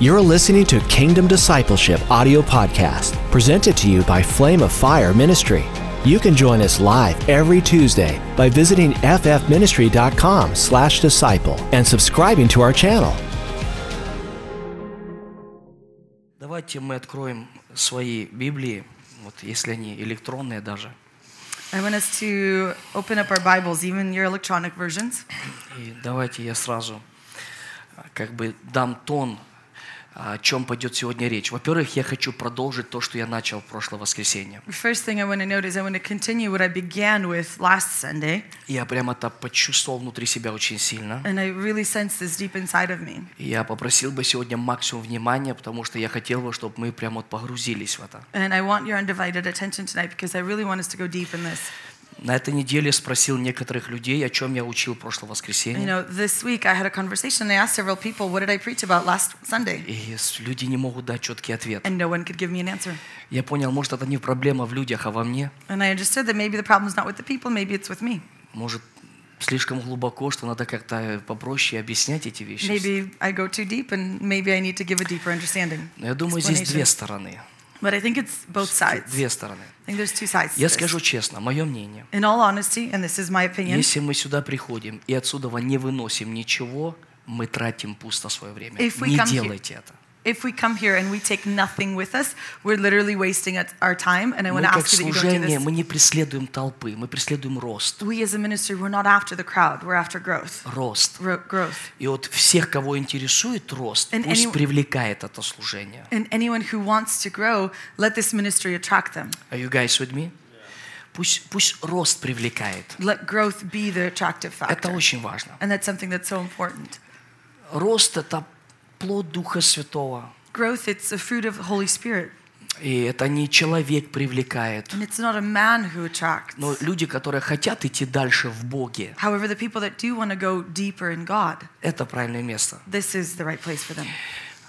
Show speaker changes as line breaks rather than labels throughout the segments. You're listening to Kingdom Discipleship audio podcast, presented to you by Flame of Fire Ministry. You can join us live every Tuesday by visiting ffministry.com slash disciple and subscribing to our channel.
Давайте мы откроем свои Библии, вот если они электронные даже.
I want us to open up our Bibles, even your electronic versions.
И давайте я сразу а, как бы дам тон, а, о чем пойдет сегодня речь. Во-первых, я хочу продолжить то, что я начал в прошлое воскресенье.
The first thing I want to note is I want to continue what I began with last Sunday,
Я прям это почувствовал внутри себя очень сильно.
and I really sense this deep inside of me.
И Я попросил бы сегодня максимум внимания, потому что я хотел бы, чтобы мы прям вот погрузились в это.
And I want your undivided attention tonight because I really want us to go deep in this.
На этой неделе спросил некоторых людей, о чем я учил в прошлое
You
воскресенье.
know, this week I had a conversation and I asked several people, what did I preach about last Sunday?
И с- люди не могут дать четкий ответ.
And no one could give me an answer.
Я понял, может, это не проблема в людях, а во мне.
And I understood that maybe the problem's not with the people, maybe it's with me.
Может, слишком глубоко, что надо как-то попроще объяснять эти вещи.
Maybe I go too deep and maybe I need to give a deeper understanding.
Но я думаю, здесь две
explanation.
стороны.
But I think it's both sides.
Две стороны.
I think there's two sides. to
Я
this.
скажу честно, мое мнение.
In all honesty, and this is my opinion,
Если мы сюда приходим и отсюда не выносим ничего, мы тратим пусто свое время.
If we
Не
come here-
делайте это.
if we come here and we take nothing with us, we're literally wasting at- our time. And I
Мы
want to
как
ask you that you don't do
служение,
this.
мы не преследуем толпы, мы преследуем рост.
We as a ministry, we're not after the crowd. We're after growth.
Рост.
Ro- growth.
И вот всех, кого интересует рост,
And
пусть
any-
привлекает это служение.
And anyone who wants to grow, let this ministry attract them.
Are you guys with me? Пусть, пусть рост привлекает.
Let growth be the attractive
Это
factor.
очень важно.
And that's something that's so important.
Рост – это плод Духа Святого.
Growth, it's a fruit of the Holy Spirit.
И это не человек привлекает.
And it's not a man who attracts.
Но люди, которые хотят идти дальше в Боге,
However, the people that do want to go deeper in God,
это правильное место.
this is the right place for them.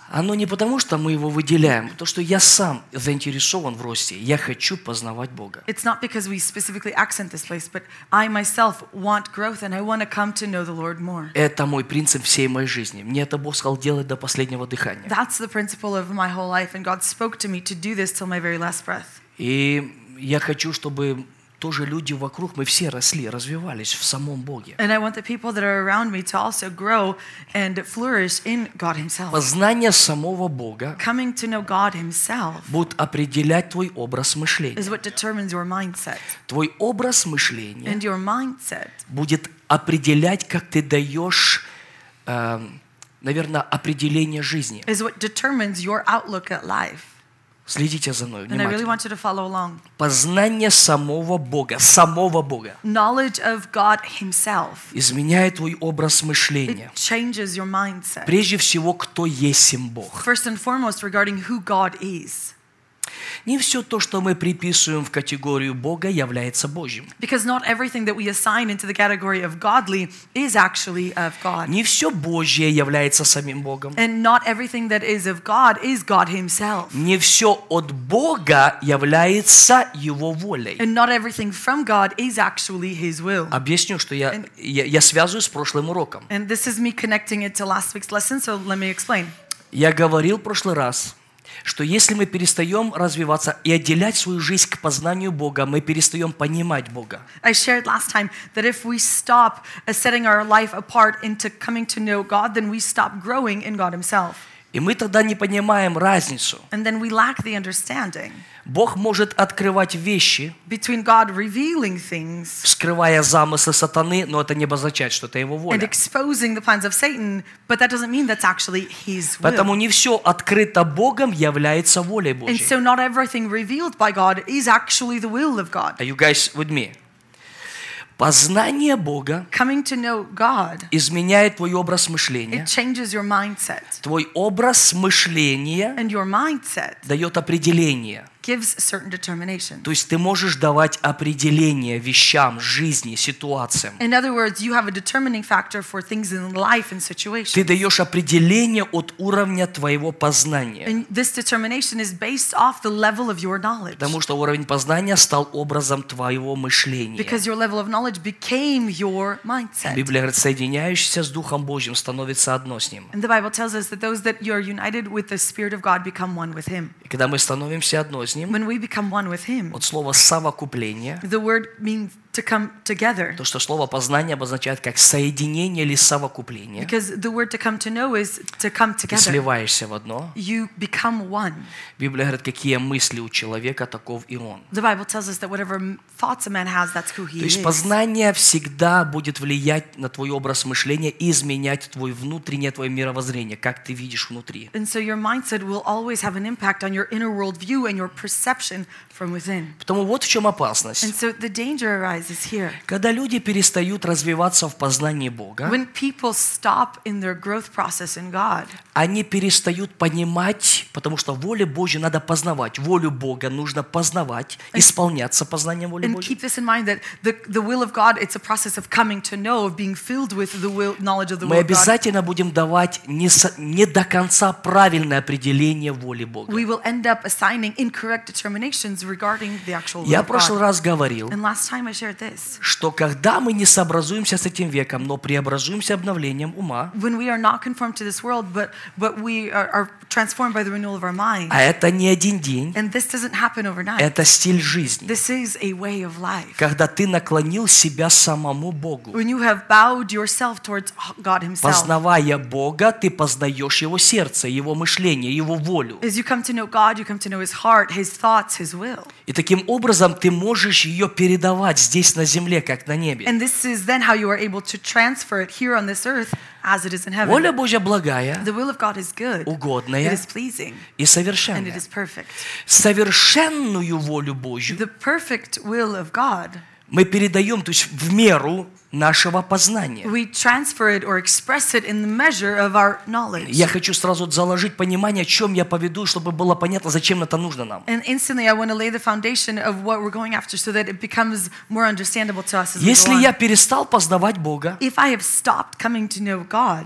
Оно не потому, что мы его выделяем, потому что я сам заинтересован в росте. Я хочу познавать Бога.
It's not because we specifically accent this place, but I myself want growth and I want to come to know the Lord more.
Это мой принцип всей моей жизни. Мне это Бог сказал делать до последнего дыхания.
That's the principle of my whole life, and God spoke to me to do this till my very last breath.
И я хочу, чтобы тоже люди вокруг, мы все росли, развивались в самом Боге.
And I want the people that are around me to also grow and flourish in God Himself.
Познание самого Бога
Coming to know God Himself
будет определять твой образ мышления.
is what determines your mindset.
Твой образ мышления
And your mindset
будет определять, как ты даешь, наверное, определение жизни.
is what determines your outlook at life.
Следите за мной
And I really
внимательно.
want you to follow along.
Познание самого Бога, самого Бога,
Knowledge of God Himself
изменяет твой образ мышления.
it changes your mindset.
Прежде всего, кто есть им Бог.
First and foremost, regarding who God is.
Не все то, что мы приписываем в категорию Бога, является Божьим.
Because not everything that we assign into the category of godly is actually of God.
Не все Божье является самим Богом.
And not everything that is of God is God Himself.
Не все от Бога является Его волей.
And not everything from God is actually His will.
Объясню, что я, я, я связываю с прошлым уроком.
And this is me connecting it to last week's lesson, so let me explain.
Я говорил в прошлый раз, что если мы перестаем развиваться и отделять свою жизнь к познанию Бога, мы перестаем понимать Бога.
I shared last time that if we stop uh, setting our life apart into coming to know God, then we stop growing in God Himself.
И мы тогда не понимаем разницу.
And then we lack the understanding
Бог может открывать вещи,
between God revealing things
вскрывая замыслы сатаны, но это не обозначает, что это его
and
воля.
exposing the plans of Satan, but that doesn't mean that's actually his will.
Поэтому не все открыто Богом является волей
and
Божьей.
so not everything revealed by God is actually the will of God.
Are you guys with me? Познание Бога
Coming to know God,
изменяет твой образ мышления.
it changes your mindset.
Твой образ мышления
And your mindset
дает определение.
gives certain determination.
То есть ты можешь давать определение вещам, жизни, ситуациям.
In other words, you have a determining factor for things in life and
Ты
situations.
даешь определение от уровня твоего познания.
And this determination is based off the level of your knowledge.
Потому что уровень познания стал образом твоего мышления.
Because your level of knowledge became your mindset.
Библия говорит, соединяющийся с Духом Божьим становится одно с Ним.
And the Bible tells us that those that you are united with the Spirit of God become one with Him.
И когда мы становимся одно с Ним,
When we become one with Him,
вот слово «совокупление»,
the word means to come together.
то, что слово «познание» обозначает как соединение или совокупление.
Because the word to come to know is to come
Ты
together.
сливаешься в одно.
You become one.
Библия говорит, какие мысли у человека, таков и он.
The Bible tells us that whatever m- thoughts a man has, that's who
То
he
есть
is.
познание всегда будет влиять на твой образ мышления и изменять твой внутреннее твое мировоззрение, как ты видишь внутри.
And so your mindset will always have an impact on your inner worldview and your perception from within.
Потому вот в чем
And
опасность.
so the danger arises here.
Когда люди перестают развиваться в познании Бога,
When people stop in their growth process in God,
они перестают понимать, потому что волю Божью надо познавать. Волю Бога нужно познавать, исполняться познанием воли
and
Божьей.
keep this in mind that the, the will of God, it's a process of coming to know, of being filled with the will, knowledge of the
Мы
will of God.
обязательно будем давать не, со- не до конца правильное определение воли Бога.
We will end up assigning incorrect determinations regarding the actual will
Я
of
в прошлый
God.
раз говорил,
And last time I shared this.
что когда мы не сообразуемся с этим веком, но преобразуемся обновлением ума,
When we are not conformed to this world, but, but we are, are transformed by the renewal of our mind.
а это не один день,
And this doesn't happen overnight.
это стиль жизни.
This is a way of life.
Когда ты наклонил себя самому Богу,
When you have bowed yourself towards God Himself,
познавая Бога, ты познаешь Его сердце, Его мышление, Его волю.
as you come to know God, you come to know His heart, His thoughts, His will.
И таким образом ты можешь ее передавать здесь на земле, как на небе.
And this is then how you are able to transfer it here on this earth as it is in
Воля
heaven.
Божья благая,
The will of God is good,
Oh,
it
угодная
is pleasing,
и
and it
совершенная.
is perfect.
Совершенную волю Божью
The perfect will of God,
мы передаем, то есть в меру нашего познания.
we transfer it or express it in the measure of our knowledge.
Я хочу сразу заложить понимание, о чем я поведу, чтобы было понятно, зачем это нужно нам.
And instantly, I want to lay the foundation of what we're going after so that it becomes more understandable to us as we
Если
go
я
on.
перестал познавать Бога,
If I have stopped coming to know God,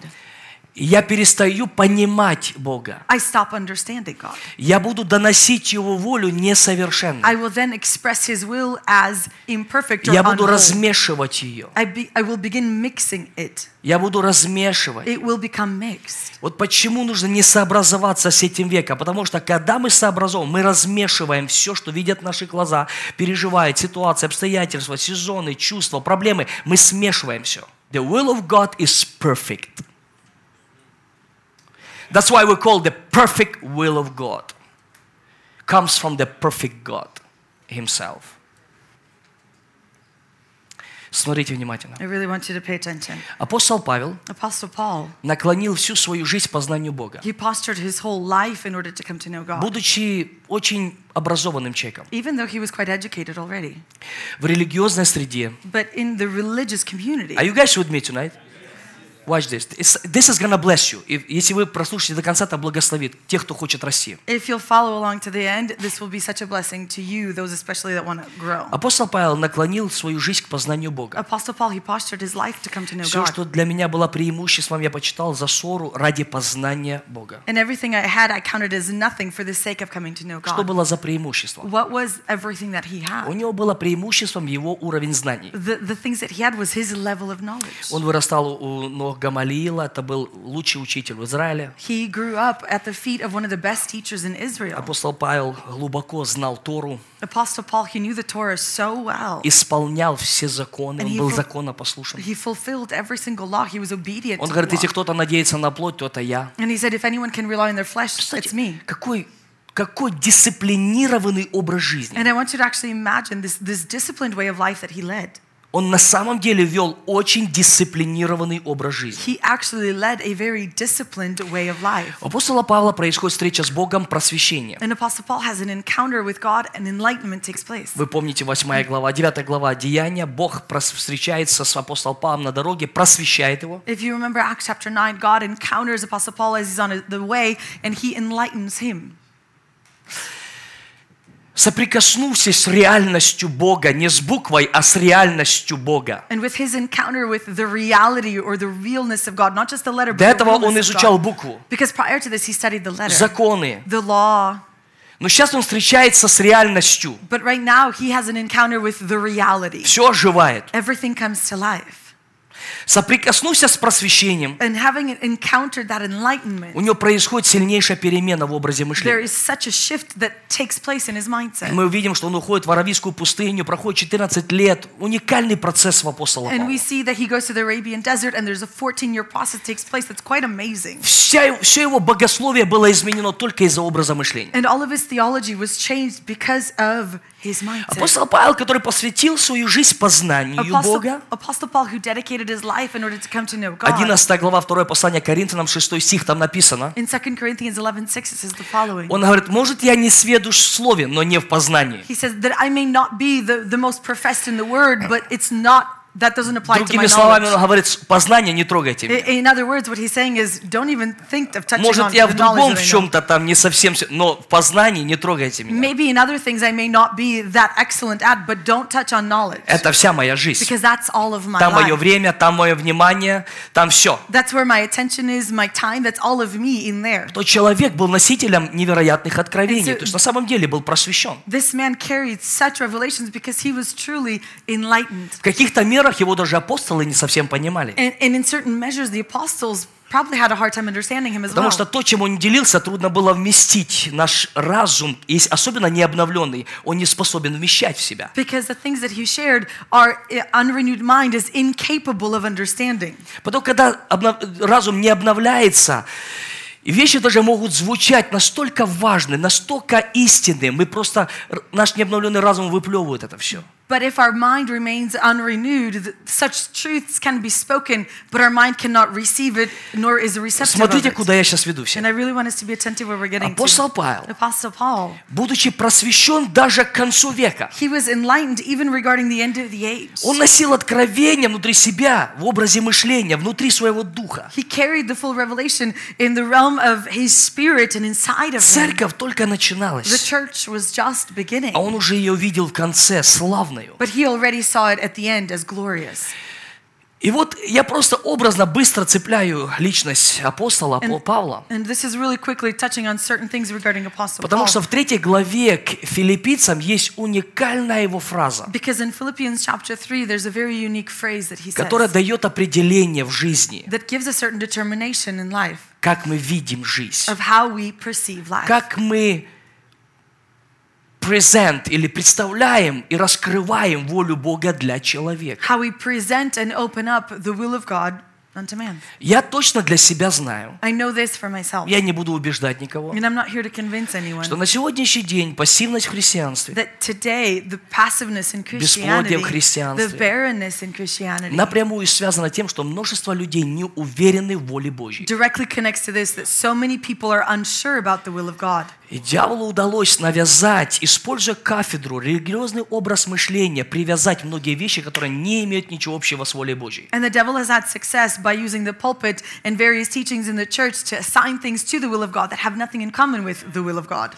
я перестаю понимать Бога,
I stop understanding God.
я буду доносить Его волю несовершенно.
I will then express His will as imperfect or
Я буду
unwhole.
размешивать ее.
I, be, I will begin mixing it.
Я буду размешивать.
It will become mixed.
Вот почему нужно не сообразоваться с этим веком. Потому что когда мы сообразовываем, мы размешиваем все, что видят наши глаза, переживает ситуации, обстоятельства, сезоны, чувства, проблемы. Мы смешиваем все. The will of God is perfect. That's why we call the perfect will of God. Comes from the perfect God himself. Смотрите внимательно.
I really want you to pay attention.
Апостол Павел
Apostle Paul,
наклонил всю свою жизнь познанию Бога.
he postured his whole life in order to come to know God.
будучи очень образованным человеком,
Even though he was quite educated already.
в религиозной среде.
But in the religious community,
Are you guys with me tonight? Watch this. It's- this is gonna bless you. И Если вы прослушаете до конца, это благословит тех, кто хочет расти.
if you'll follow along to the end, this will be such a blessing to you, those especially that want to grow.
Апостол Павел наклонил свою жизнь к познанию Бога.
Apostle Paul, he postured his life to come to know
Все,
ну, God.
что для меня было преимуществом, я почитал за ссору ради познания Бога.
And everything I had, I counted as nothing for the sake of coming to know
Что
God.
было за преимущество?
What was everything that he
У
had?
него было преимуществом его уровень знаний.
The, the things that he had was his level of knowledge.
Он вырастал у у ног Гамалиила, это был лучший учитель в Израиле.
He grew up at the feet of one of the best teachers in Israel.
Апостол Павел глубоко знал Тору,
Apostle Paul, he knew the Torah so well.
исполнял все законы,
And
он
he
был
ful-
законопослушен.
He fulfilled every single law. He was obedient
Он
to
говорит,
the
если
law.
кто-то надеется на плоть, то это я.
And he said, if anyone can rely on their flesh,
Кстати,
it's me.
какой, какой дисциплинированный образ жизни.
And I want you to actually imagine this, this disciplined way of life that he led.
Он на самом деле вел очень дисциплинированный образ жизни.
He actually led a very disciplined way of life.
У апостола Павла происходит встреча с Богом просвещения.
And Apostle Paul has an encounter with God and enlightenment takes place.
Вы помните 8 глава, 9 глава Деяния. Бог прос- встречается с апостолом Павлом на дороге, просвещает его.
If you remember Acts chapter 9, God encounters Apostle Paul as he's on the way and he enlightens him.
соприкоснувшись с реальностью Бога, не с буквой, а с реальностью Бога.
And with his encounter with the reality or the realness of God, not just the letter, but
До
the
этого он
realness of
изучал
God.
букву.
Because prior to this, he studied the letter,
законы.
the law.
Но сейчас он встречается с реальностью.
But right now, he has an encounter with the reality.
Все оживает.
Everything comes to life.
Соприкоснувся с просвещением.
And having encountered that
У
enlightenment,
него происходит сильнейшая перемена в образе
there
мышления.
is such a shift that takes place in his mindset.
Мы увидим, что он уходит в Аравийскую пустыню, проходит 14 лет. Уникальный процесс в апостола
And
Павла.
we see that he goes to the Arabian desert, and there's a 14 year process takes place that's quite amazing.
Вся, все его богословие было изменено только из-за образа мышления.
And all of his theology was changed because of his mindset.
Апостол Павел, который посвятил свою жизнь познанию
Apostle,
Бога,
Apostle Paul, who dedicated his life in order to come to know God,
11 глава 2 послания Коринфянам 6 стих, там написано,
in 2 Corinthians 11 6, it says the following
он говорит, может я не сведущ в слове, но не в познании.
He says, That I may not be the, the most professed in the word, but it's not, that doesn't apply to my
Другими словами, он
knowledge.
говорит, познание не трогайте
In,
меня.
in other words, what he's saying is, Don't even think of touching on
Может, я
to
в
the knowledge
другом в
that I know.
чем-то там не совсем, всё- но в познании не трогайте меня.
Maybe in other things I may not be that excellent at, but don't touch on knowledge.
Это вся моя жизнь.
Because that's all of my
Там мое
life.
время, там мое внимание, там все.
That's where my attention is, my time, that's all of me in there.
То человек был носителем невероятных
And
откровений,
so-
то есть на самом деле был просвещен.
This man carried such revelations because he was truly enlightened.
В каких-то мерах его даже апостолы не совсем понимали.
And, and in certain measures, the apostles probably had a hard time understanding him as
Потому
well.
что то, чем он делился, трудно было вместить. Наш разум, если особенно необновленный, он не способен вмещать в себя.
Because the things that he shared, our eh, unrenewed mind is incapable of understanding.
Потом, когда обнов- разум не обновляется, и вещи даже могут звучать настолько важны, настолько истинные, мы просто, р- наш необновленный разум выплевывает это все.
But if our mind remains unrenewed, th- such truths can be spoken, but our mind cannot receive it, nor is it receptive of
Смотрите,
it.
куда я сейчас веду
And
все.
I really want us to be attentive where we're getting
Apostle
to.
Paul.
Apostle Paul.
Будучи просвещен даже к концу века,
He was enlightened even regarding the end of the age.
он носил откровение внутри себя, в образе мышления, внутри своего духа.
He carried the full revelation in the realm of his spirit and inside of him.
Церковь только
The
начиналась,
church was just beginning,
а он уже ее видел в конце, славную.
but he already saw it at the end as glorious.
И вот я просто образно быстро цепляю личность апостола Пау- Павла.
And this is really quickly touching on certain things regarding Apostle
Потому
Paul.
что в третьей главе к филиппийцам есть уникальная его фраза,
Because in Philippians chapter 3, there's a very unique phrase that he says
которая дает определение в жизни,
that gives a certain determination in life
как мы видим жизнь,
of how we perceive life.
как мы презент или представляем и раскрываем волю Бога для человека.
how we present and open up the will of God unto man.
Я точно для себя знаю,
I know this for myself,
я не буду убеждать никого,
and I'm not here to convince
что
anyone
на сегодняшний день пассивность в христианстве
that today the passiveness in Christianity,
в христианстве
the barrenness in Christianity,
напрямую связана тем, что множество людей не уверены в воле Божьей.
directly connects to this that so many people are unsure about the will of God.
И дьяволу удалось навязать, используя кафедру, религиозный образ мышления, привязать многие вещи, которые не имеют ничего общего с волей Божьей.
And the devil has had success by using the pulpit and various teachings in the church to assign things to the will of God that have nothing in common with the will of God.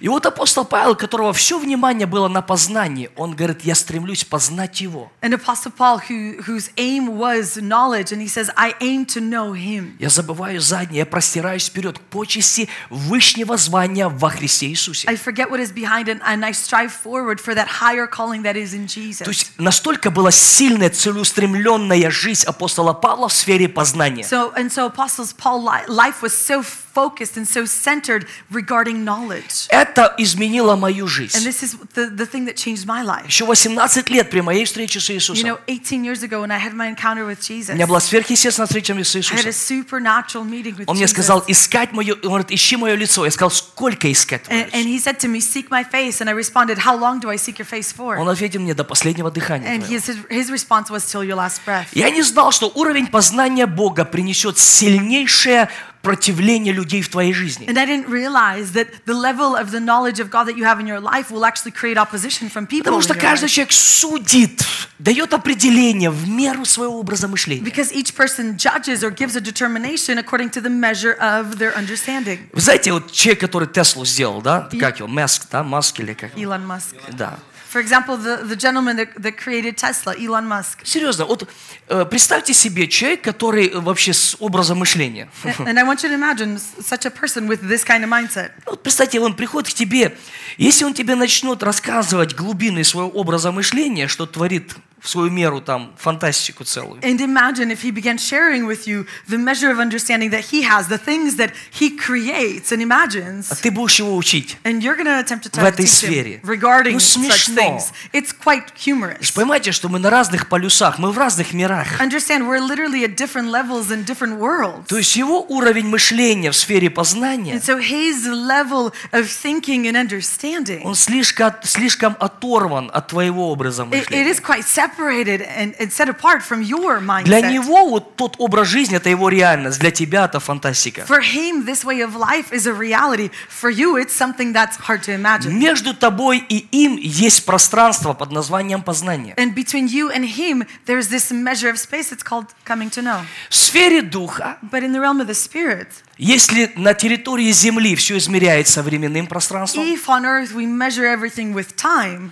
И вот апостол Павел, у которого все внимание было на познании, он говорит, я стремлюсь познать его.
And Apostle Paul, who, whose aim was knowledge, and he says, I aim to know him.
Я забываю заднее, я простираюсь вперед к почести вышнего звания во Христе Иисусе.
I forget what is behind and, and I strive forward for that higher calling that is in
То
Jesus.
есть настолько была сильная, целеустремленная жизнь апостола Павла в сфере познания.
So and so apostles Paul li- life was so focused and so centered regarding knowledge.
Это изменило мою
And
жизнь.
this is the, the thing that changed my life.
Еще 18 лет при моей встрече с
You
Иисусом
know, 18 years ago when I had my encounter with
У
Jesus,
меня была
I
сверхъестественная встреча с
had a
Иисусом.
supernatural meeting with
Он мне
Jesus.
сказал, искать мое, он говорит, ищи мое лицо. Я сказал, сколько искать мое
And, and
лицо?
he said to me, Seek my face. And I responded, How long do I seek your face for?
Он ответил мне, до последнего дыхания
And
твоего».
his, his response was, Till your last breath.
Я не знал, что уровень познания Бога принесет сильнейшее противление людей в твоей жизни.
And I didn't realize that the level of the knowledge of God that you have in your life will actually create opposition from people.
Потому
in
что
your
каждый
life.
человек судит, дает определение в меру своего образа мышления.
Because each person judges or gives a determination according to the measure of their understanding.
Вы знаете, вот человек, который Теслу сделал, да? Как его? Маск, да? Маск или как? его?
Elon Musk.
Да.
For example, the, the gentleman that, that created Tesla, Elon Musk.
Серьезно, вот э, представьте себе человек, который э, вообще с образом мышления.
And, and I want you to imagine s- such a person with this kind of mindset.
Ну, Вот представьте, он приходит к тебе, если он тебе начнет рассказывать глубины своего образа мышления, что творит в свою меру там фантастику целую,
And imagine if he began sharing with you the measure of understanding that he has, the things that he creates and
а
imagines.
ты будешь его учить.
And you're going to attempt to
В
talk
этой
teach
сфере.
him regarding
Ну,
such
смешно.
things. It's quite humorous.
Понимаете, что мы на разных полюсах, мы в разных мирах.
Understand, we're literally at different levels in different worlds.
То есть его уровень мышления в сфере познания,
And so his level of thinking and understanding,
он слишком, слишком оторван от твоего образа
it- it
мышления.
is quite separated and, and set apart from your
Для
mindset.
него вот тот образ жизни – это его реальность, для тебя – это фантастика.
For him, this way of life is a reality. For you, it's something that's hard to imagine.
Между тобой и им есть пространство под названием познание.
And between you and him, there's this measure of space that's called coming to know.
В сфере духа,
But in the realm of the spirit,
если на территории Земли все измеряется временным пространством,
if on earth we measure everything with time,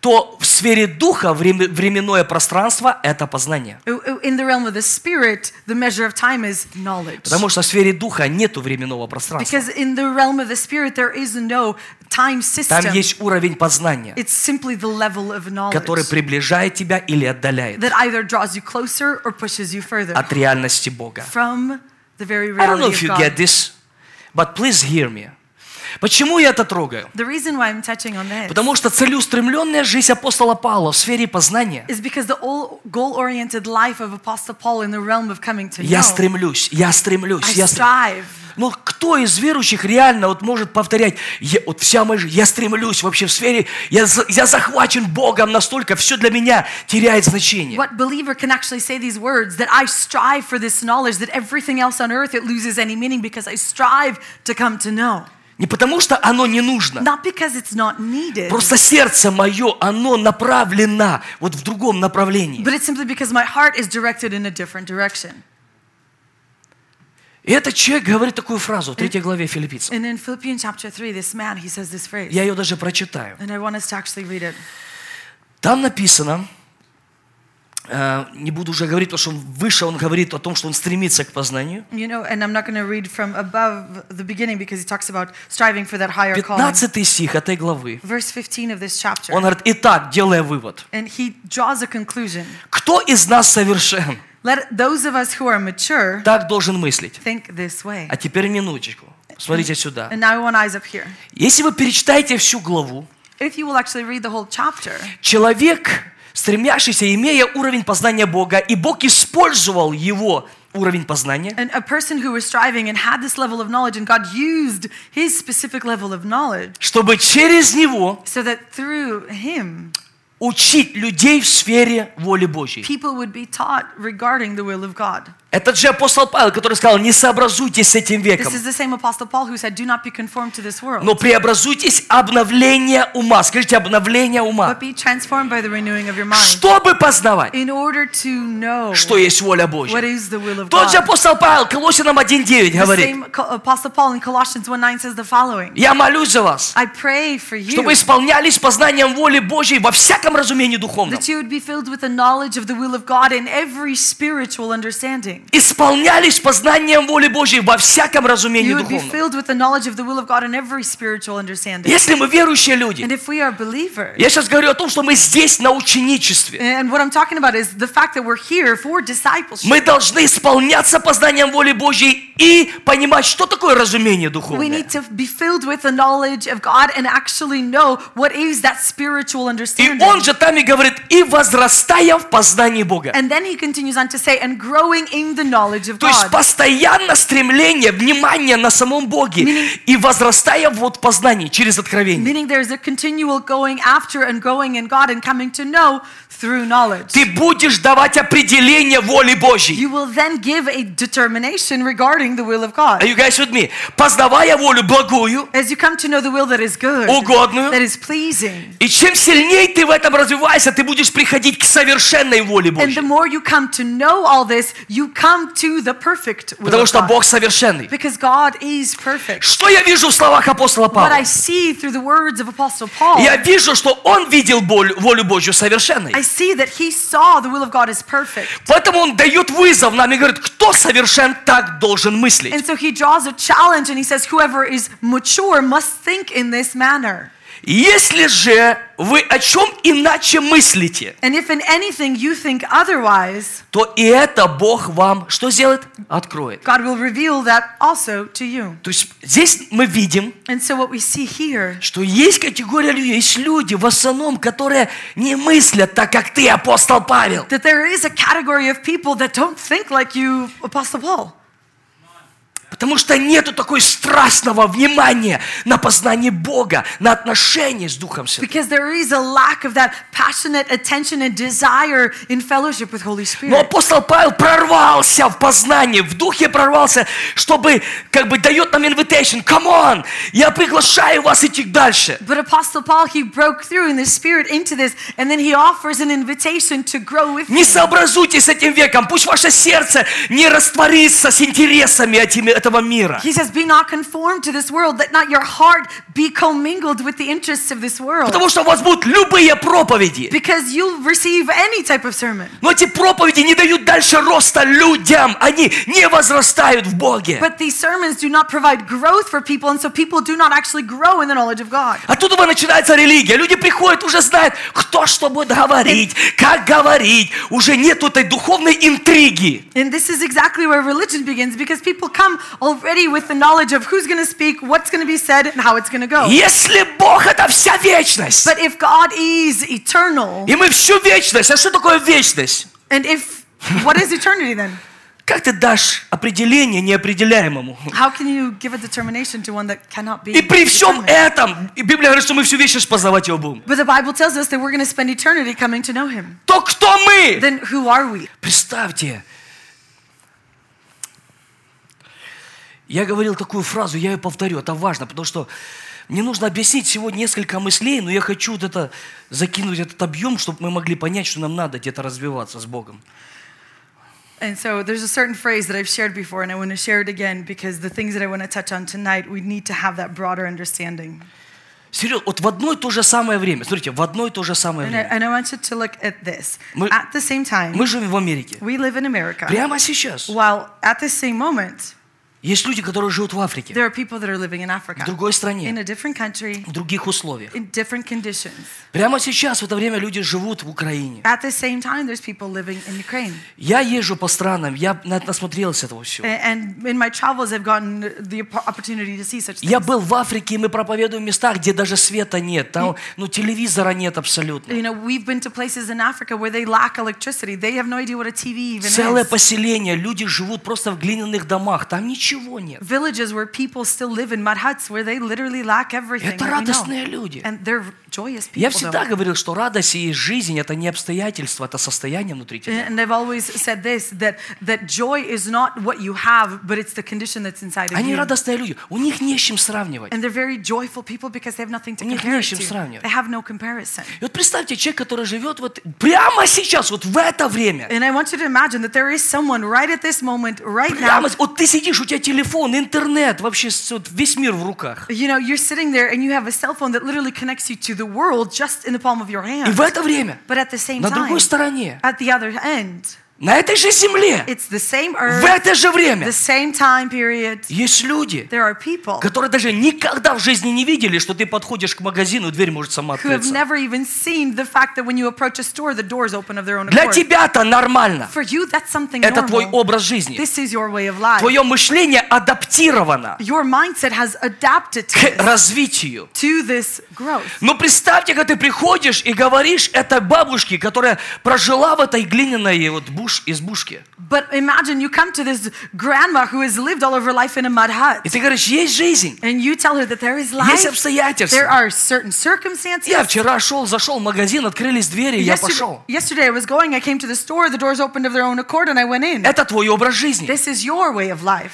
то в сфере духа време- временное пространство – это познание.
o- o- uh, in the realm of the spirit, the measure of time is knowledge.
Потому что в сфере духа нету временного пространства.
Because in the realm of the spirit, there is no time system.
Там есть уровень познания,
It's simply the level of
который
knowledge
приближает тебя или отдаляет
that either draws you closer or pushes you further
от реальности Бога.
from the very
I don't know
reality
if
of
you get
God.
this, but please hear me. Почему я это трогаю?
The reason why I'm touching on this
Потому что целеустремленная жизнь апостола Павла в сфере познания.
is because the all goal-oriented life of Apostle Paul in the realm of coming to
Я
know,
стремлюсь, я
I
стремлюсь, я стремлюсь.
strive.
Но кто из верующих реально вот может повторять, я, вот вся моя жизнь, я стремлюсь вообще в сфере, я, за- я захвачен Богом настолько, все для меня теряет значение.
What believer can actually say these words that I strive for this knowledge that everything else on earth it loses any meaning because I strive to come to know,
Не потому что оно не нужно,
not because it's not needed,
просто сердце мое, оно направлено вот в другом направлении.
but it's simply because my heart is directed in a different direction.
И этот человек говорит такую фразу в третьей главе филиппийцев.
And in Philippians chapter 3, this man, he says this phrase.
Я ее даже прочитаю.
And I want us to actually read it.
Там написано, э, не буду уже говорить, потому что он выше он говорит о том, что он стремится к познанию.
You know, and I'm not going to read from above the beginning because he talks about striving for that higher calling.
15 стих этой главы.
Verse 15 of this
Он
chapter.
говорит, итак, делая вывод,
And he draws a conclusion.
кто из нас совершен,
Let those of us who are mature
так должен мыслить.
think this way.
А теперь минуточку, смотрите сюда.
And now I want eyes up here.
Если вы перечитаете всю главу,
If you will actually read the whole chapter,
человек, стремящийся, имея уровень познания Бога, и Бог использовал его уровень познания,
and a person who was striving and had this level of knowledge, and God used his specific level of knowledge
чтобы через него
so that through him,
учить людей в сфере воли Божьей.
people would be taught regarding the will of God.
Этот же апостол Павел, который сказал, не сообразуйтесь с этим веком,
This is the same Apostle Paul who said, Do not be conformed to this world,
но преобразуйтесь обновление ума. Скажите, обновление ума.
but be transformed by the renewing of your mind
Чтобы познавать,
in order to know
что есть воля
what
Божья.
is the will of
Тот же
God.
апостол Павел, Колосинам 1.9
The
говорит,
same Co- Apostle Paul in Colossians 1 9 says the following
я молюсь за вас,
I pray for
чтобы
you
исполнялись познанием воли Божьей во всяком разумении духовном.
that you would be filled with the knowledge of the will of God in every spiritual understanding.
Исполнялись познанием воли Божьей во всяком разумении
You would be
духовном.
filled with the knowledge of the will of God in every spiritual understanding.
Если мы верующие люди,
And if we are believers,
я сейчас говорю о том, что мы здесь на ученичестве.
and what I'm talking about is the fact that we're here for discipleship.
Мы должны исполняться познанием воли Божьей и понимать, что такое разумение
We
духовное.
need to be filled with the knowledge of God and actually know what is that spiritual
И
understanding.
он же там и говорит, и возрастая в познании Бога.
And then he continues on to say, and growing in gaining the knowledge of
То есть
God.
постоянно стремление, внимание на самом Боге и возрастая вот познание через откровение.
Meaning there's a continual going after and going in God and coming to know through knowledge.
Ты будешь давать определение воли Божьей.
You will then give a determination regarding the will of God.
Are you guys with me? Познавая волю благую,
As you come to know the will that is good,
Угодную.
that is pleasing,
и чем сильнее ты в этом развиваешься, ты будешь приходить к совершенной воле
and
Божьей.
the more you come to know all this, you come to the perfect will
Потому
of
что
God.
Бог совершенный.
Because God is perfect.
Что я вижу в словах апостола
What I
Павла?
see through the words of Apostle Paul,
Я вижу, что он видел боль- волю Божью совершенной.
I see that he saw the will of God is perfect.
Поэтому он дает вызов нам и говорит, кто совершен, так должен мыслить.
And so he draws a challenge and he says, Whoever is mature must think in this manner.
Если же вы о чем иначе мыслите,
And if in anything you think otherwise,
то и это Бог вам что сделает? Откроет.
God will reveal that also to you.
То есть здесь мы видим,
And so what we see here
что есть категория людей, есть люди в основном, которые не мыслят так, как ты, апостол Павел.
that there is a category of people that don't think like you, Apostle Paul,
Потому что нету такой страстного внимания на познание Бога, на отношения с Духом Святым.
because there is a lack of that passionate attention and desire in fellowship with Holy
Но
Spirit.
апостол Павел прорвался в познании, в духе прорвался, чтобы, как бы, дает нам invitation. Come on, я приглашаю вас идти дальше.
But Apostle Paul, he broke through in the Spirit into this, and then he offers an invitation to grow with
Не сообразуйтесь с этим веком, пусть ваше сердце не растворится с интересами этими- этого мира.
He says, Be not conformed to this world, let not your heart be commingled with the interests of this world.
Потому что у вас будут любые проповеди.
Because you'll receive any type of sermon.
Но эти проповеди не дают дальше роста людям. Они не возрастают в Боге.
But these sermons do not provide growth for people, and so people do not actually grow in the knowledge of God.
Оттуда начинается религия. Люди приходят, уже знают, кто что будет говорить, как говорить. Уже нет этой духовной интриги.
And this is exactly where religion begins because people come already with the knowledge of who's going to speak, what's going to be said, and how it's going to go.
Если Бог это вся вечность,
But if God is eternal,
и мы всю вечность, а что такое вечность?
and if what is eternity then?
Как ты дашь определение неопределяемому?
How can you give a determination to one that cannot be?
И при всем
determined?
этом, и Библия говорит, что мы всю вечность познавать его будем.
But the Bible tells us that we're going to spend eternity coming to know Him.
То кто мы?
Then who are we?
Представьте, я говорил такую фразу, я ее повторю, это важно, потому что мне нужно объяснить сегодня несколько мыслей, но я хочу вот это закинуть этот объем, чтобы мы могли понять, что нам надо где-то развиваться с Богом.
And so there's a certain phrase that I've shared before, and I want to share it again because the things that I want to touch on tonight, we need to have that broader understanding.
Серьезно, вот в одно и то же самое время, смотрите, в одно и то же самое
And I,
время.
and I want you to look at this.
Мы-
At the same time,
Мы живем в Америке.
we live in America,
Прямо сейчас
while at the same moment,
есть люди, которые живут в Африке,
there are people that are living in
в
Africa,
другой
in
стране,
a different country,
в других условиях.
in different conditions.
Прямо сейчас в это время люди живут в Украине.
At the same time, there's people living in Ukraine.
Я езжу по странам, я на- насмотрелся этого всего.
A- And in my travels, I've gotten the op- opportunity to see such things.
Я был в Африке, и мы проповедуем в местах, где даже света нет. Там, ну, телевизора нет абсолютно.
You know, we've been to places in Africa where they lack electricity. They have no idea what a TV even
Целое
is.
поселение, люди живут просто в глиняных домах, там ничего нет.
villages where people still live in mud huts where they literally lack everything.
Это
that we know.
радостные люди.
And they're joyous
Я
people.
всегда
though.
говорил, что радость и жизнь – это не обстоятельства, это состояние внутри тебя.
And I've always said this that that joy is not what you have, but it's the condition that's inside of
Они
you.
радостные люди. У них не с чем сравнивать.
And they're very joyful people because they have nothing to
У них
compare
не
it
с чем
to.
сравнивать.
They have no comparison.
И вот представьте, человек, который живет вот прямо сейчас, вот в это время.
And I want you to imagine that there is someone right at this moment, right now.
Прямо, с- вот ты сидишь, у тебя телефон, интернет, вообще с- вот весь мир в руках.
You know, you're sitting there and you have a cell phone that literally connects you to the world just in the palm of your
И
hand.
в это время,
But at the same
на
time,
другой стороне,
at the other end,
на этой же земле,
it's the same
в
earth,
это же время
the same time period,
есть люди,
there are people
которые даже никогда в жизни не видели, что ты подходишь к магазину, и дверь может сама
who have
открыться.
never even seen the fact that when you approach a store, the doors open of their own
Для
accord.
тебя-то нормально.
For you, that's something
Это твой
normal.
образ жизни.
This is your way of life.
Твое мышление адаптировано
Your mindset has adapted to
к
this,
развитию.
to this growth.
Но представьте, когда ты приходишь и говоришь этой бабушке, которая прожила в этой глиняной вот бу- буш, избушке.
But imagine you come to this grandma who has lived all of her life in a mud hut,
И ты говоришь, есть жизнь,
and you tell her that there
есть
is life, there
обстоятельства.
are certain circumstances.
Я вчера шел, зашел в магазин, открылись двери, я
Yesterday,
пошел.
yesterday I was going, I came to the store, the doors opened of their own accord, and I went in.
Это твой образ жизни.
This is your way of life.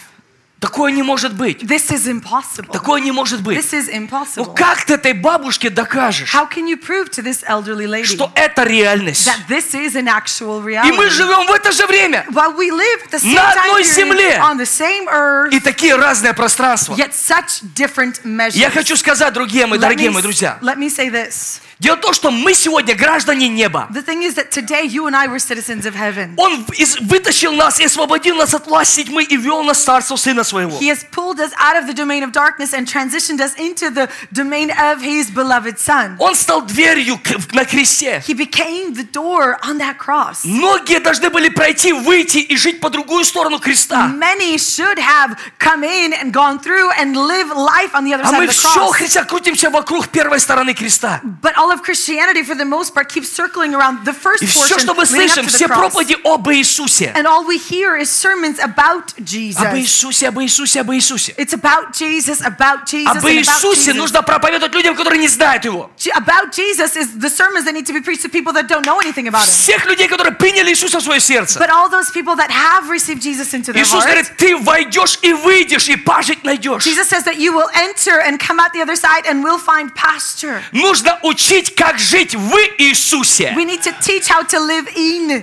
Такое не может быть.
This is impossible.
Такое не может быть.
This is
Ну
impossible.
как ты этой бабушке докажешь,
How can you prove to this elderly lady
что это реальность?
that this is an actual
И мы
reality?
живем в это же время.
While we live at the same
На
time
одной
period,
земле.
on the same earth,
И такие разные пространства.
yet such different measures.
Я хочу сказать, другие мои,
Let me
дорогие
s-
мои друзья,
let me say this.
дело в том, что мы сегодня граждане неба.
The thing is that today you and I were citizens of heaven.
Он из- вытащил нас и освободил нас от власти тьмы и вел нас в царство Сына Своего.
He has pulled us out of the domain of darkness and transitioned us into the domain of His beloved Son.
Он стал дверью к- на кресте.
He became the door on that cross.
Многие должны были пройти, выйти и жить по другую сторону креста.
Many should have come in and gone through and live life on the other
А
side
мы
of the
все,
cross.
хотя крутимся вокруг первой стороны креста.
But all of Christianity, for the most part, keeps circling around the first
И
portion
все, что мы
leading up
слышим,
to the
все
cross.
проповеди об Иисусе.
And all we hear is sermons about
Об
Jesus.
Иисусе, об Иисусе, об Иисусе.
It's about Jesus, about Jesus,
Об
and about
Иисусе
Jesus.
нужно проповедовать людям, которые не знают Его.
Je- About Jesus is the sermons that need to be preached to people that don't know anything about him.
Всех людей, которые приняли Иисуса в свое сердце.
But all those people that have received Jesus into their
Иисус
heart,
говорит, ты войдешь и выйдешь, и пажить найдешь.
Jesus says that you will enter and come out the other side and will find pasture.
Нужно учить, как жить в Иисусе.
We need to teach how to live in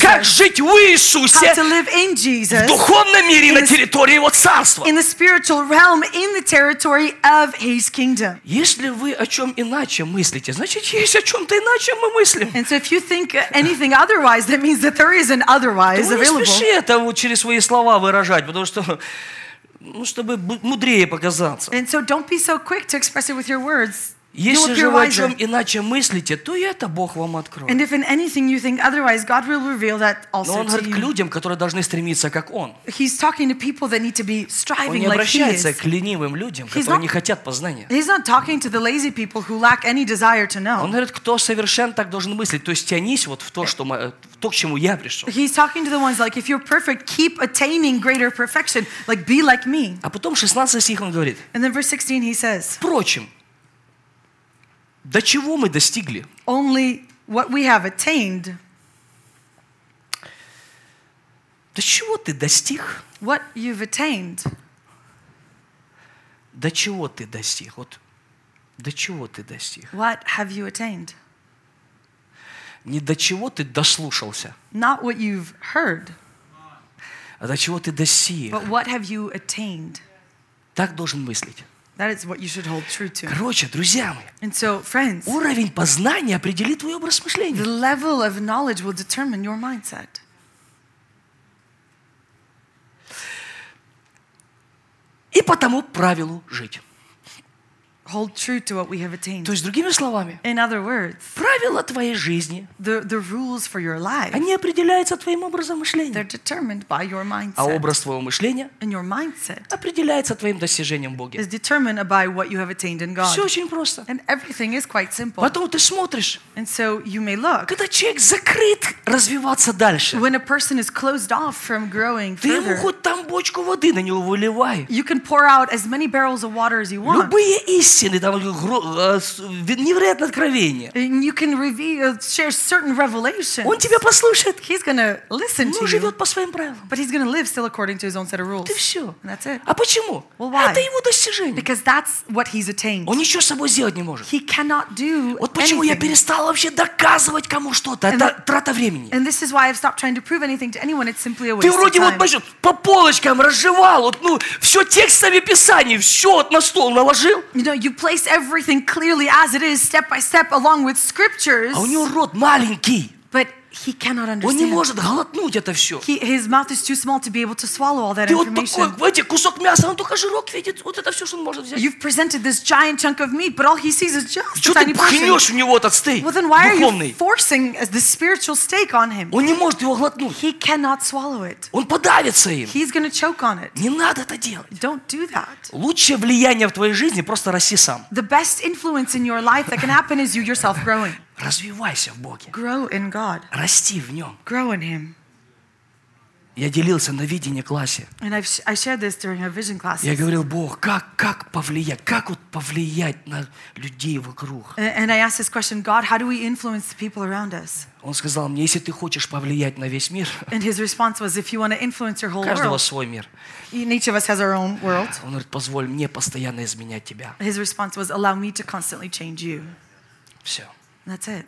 Как
Jesus.
жить в
How to
Иисусе
live in
в
Jesus.
духовном мире и на
is-
территории Его Царства.
In the spiritual realm, in the territory of his kingdom.
Если вы о чем иначе мыслите, значит, есть о чем-то иначе мы мыслим.
And so if you think anything otherwise, that means that there is an
Ну,
otherwise
не
available.
спеши это вот через свои слова выражать, потому что, ну, чтобы бу- мудрее показаться.
And so don't be so quick to express it with your words. You'll
Если
appear
же вы о
wiser.
чем иначе мыслите, то и это Бог вам откроет.
And if in anything you think otherwise, God will reveal that
Но
also
Он
to
говорит к
you.
людям, которые должны стремиться, как Он.
He's talking to people that need to be
Он
striving
не
like he
обращается
is.
к ленивым людям, которые
not-
не хотят познания.
He's not talking to the lazy people who lack any desire to
Он
know.
говорит, кто совершен, так должен мыслить. То есть тянись вот в то, что, мо- в то к чему я пришел.
He's talking to the ones like, if you're perfect, keep attaining greater perfection. Like, be like me.
А потом 16 стих он говорит,
And then verse 16, he says,
впрочем, до чего мы достигли?
Only what we have attained,
До чего ты достиг?
what you've attained.
До чего ты достиг? Вот до чего ты достиг?
What have you attained?
Не до чего ты дослушался,
Not what you've heard,
а до чего ты достиг.
but what have you attained?
Так должен мыслить.
That is what you should hold true to.
Короче, друзья мои,
And so, friends,
уровень познания определит твой образ мышления.
The level of knowledge will determine your mindset.
И по тому правилу жить.
Hold true to what we have attained.
То есть, другими словами,
In other words,
правила твоей жизни,
the, the rules for your life,
они определяются твоим образом мышления.
they're determined by your
А
mindset.
образ твоего мышления
And your mindset
определяется твоим достижением в Боге.
is determined by what you have attained in God.
Все очень просто.
And everything is quite simple.
Потом ты смотришь,
And so you may look,
когда человек закрыт развиваться дальше,
when a person is closed off from growing
ты ему
further,
хоть там бочку воды на него выливай.
you can pour out as many barrels of water as you want.
Любые истины, там гро- э, с- ве- невероятное откровение.
And you can reveal, share certain
Он
revelations.
тебя послушает,
He's going to listen
но
to you,
живет по своим правилам.
but he's going to live still according to his own set of rules.
Ты все.
And that's it.
А почему?
Well, why?
Это его достижение.
Because that's what he's attained.
Он ничего с собой сделать не может.
He cannot do
Вот почему я
anything.
перестал вообще доказывать кому что-то.
And
Это трата времени.
And this is why I've stopped trying to prove anything to anyone. It's simply a waste
Ты
of
вроде вот
time.
знаешь, по полочкам разжевал, вот, ну, все текстами Писаний, все вот на стол наложил,
You know, you place everything clearly as it is, step by step, along with scriptures.
а у него рот маленький,
But he cannot
он не
understand.
может глотнуть это все.
He, his mouth is too small to be able to swallow all that
Ты вот такой,
information.
знаете, кусок мяса, он только жирок видит, вот это все, что он может взять.
You've presented this giant chunk of meat, but all he sees is just a
Что ты
tiny portion.
пхнешь в него этот стейк
Well, then why are you
духовный?
forcing the spiritual stake on him?
Он не может его глотнуть,
He cannot swallow it.
он подавится им.
He's going to choke on it.
Не надо это делать.
Don't do that.
Лучшее влияние в твоей жизни просто расти сам.
The best influence in your life that can happen is you yourself growing.
Развивайся в Боге,
Grow in God.
расти в Нем.
Grow in Him.
Я делился на видение классе.
And I've sh- I shared this during our vision classes.
Я говорил, Бог, как, как повлиять, как вот повлиять на людей вокруг?
A- And I asked this question, God, how do we influence the people around us?
Он сказал мне, если ты хочешь повлиять на весь мир,
And his response was, if you want to influence your
у
whole
каждого
world,
свой мир.
and each of us has our own world.
Он говорит, позволь мне постоянно изменять тебя.
His response was, allow me to constantly change you.
Все.
And that's it.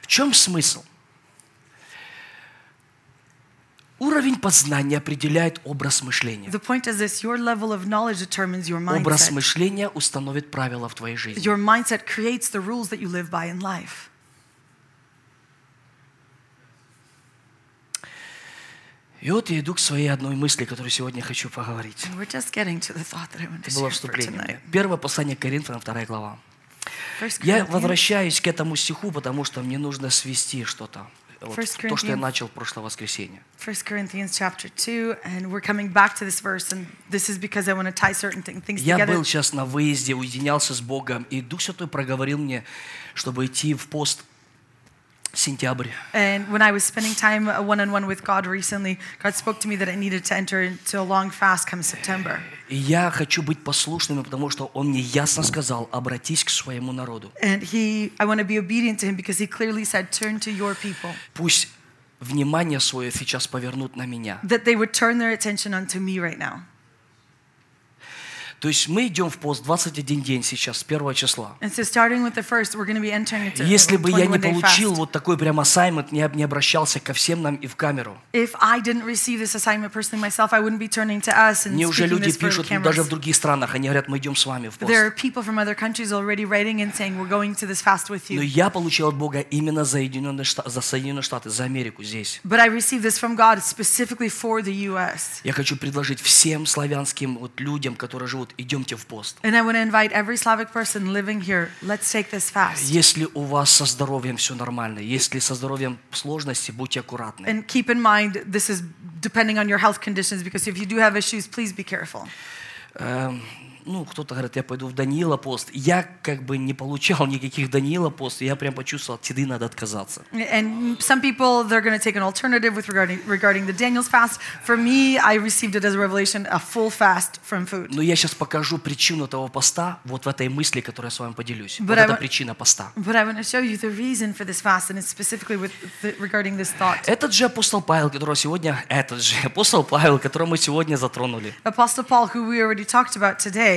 В чем смысл? Уровень познания определяет образ мышления.
The point is this, your level of knowledge determines your
Образ
mindset.
мышления установит правила в твоей жизни.
Your mindset creates the rules that you live by in life.
И вот я иду к своей одной мысли, которую сегодня хочу поговорить.
And we're just getting to the thought that I want to
Это было
share for tonight.
вступление. Первое послание к Коринфянам, вторая глава.
First
Я
Corinthians,
возвращаюсь к этому стиху, потому что мне нужно свести что-то. Вот,
First
то, что я
Corinthians.
начал в прошлое воскресенье.
1 Corinthians chapter 2, and we're coming back to this verse, and this is because I want to tie certain thing- things
Я
together.
был сейчас на выезде, уединялся с Богом, и Дух Святой проговорил мне, чтобы идти в пост сентябрь.
And when I was spending time one on one with God recently, God spoke to me that I needed to enter into a long fast come September.
И я хочу быть послушным, потому что Он мне ясно сказал, обратись к своему народу.
And he, I want to be obedient to him because he clearly said, Turn to your people,
Пусть внимание свое сейчас повернут на меня.
that they would turn their attention unto me right now.
То есть мы идем в пост 21 день сейчас, с первого числа.
And so, starting with the first, we're going to be entering into
Если
a
бы я не
21 day fast.
получил вот такой прям ассаймент, не, об- не обращался ко всем нам и в камеру.
If I didn't receive this assignment personally myself, I wouldn't be turning to us and
Мне уже
speaking
люди
this for the
пишут, ну, даже в
cameras.
других странах, они говорят, мы идем с вами в пост.
There are people from other countries already writing and saying, We're going to this fast with
Но
you.
я получил от Бога именно за, Соединенные Шта- за Соединенные Штаты, за Америку здесь.
But I received this from God specifically for the US.
Я хочу предложить всем славянским вот людям, которые живут, идемте в пост.
And I want to invite every Slavic person living here, let's take this fast.
Если у вас со здоровьем все нормально, если со здоровьем сложности, будьте аккуратны.
And keep in mind, this is depending on your health conditions because if you do have issues, please be careful.
Эм, ну, кто-то говорит, я пойду в Даниила пост. Я как бы не получал никаких Даниила пост, и я прям почувствовал, от еды надо отказаться.
And some people, they're going to take an alternative with regarding, regarding the Daniel's fast. For me, I received it as a revelation, a full fast from food.
Но я сейчас покажу причину того поста вот в этой мысли, которую я с вами поделюсь.
But
вот
I
это
wa-
причина поста.
But I want to show you the reason for this fast, and it's specifically with the, regarding this thought.
Этот же апостол Павел, которого сегодня... Этот же апостол Павел, которого мы сегодня затронули.
Apostle Paul, who we already talked about today,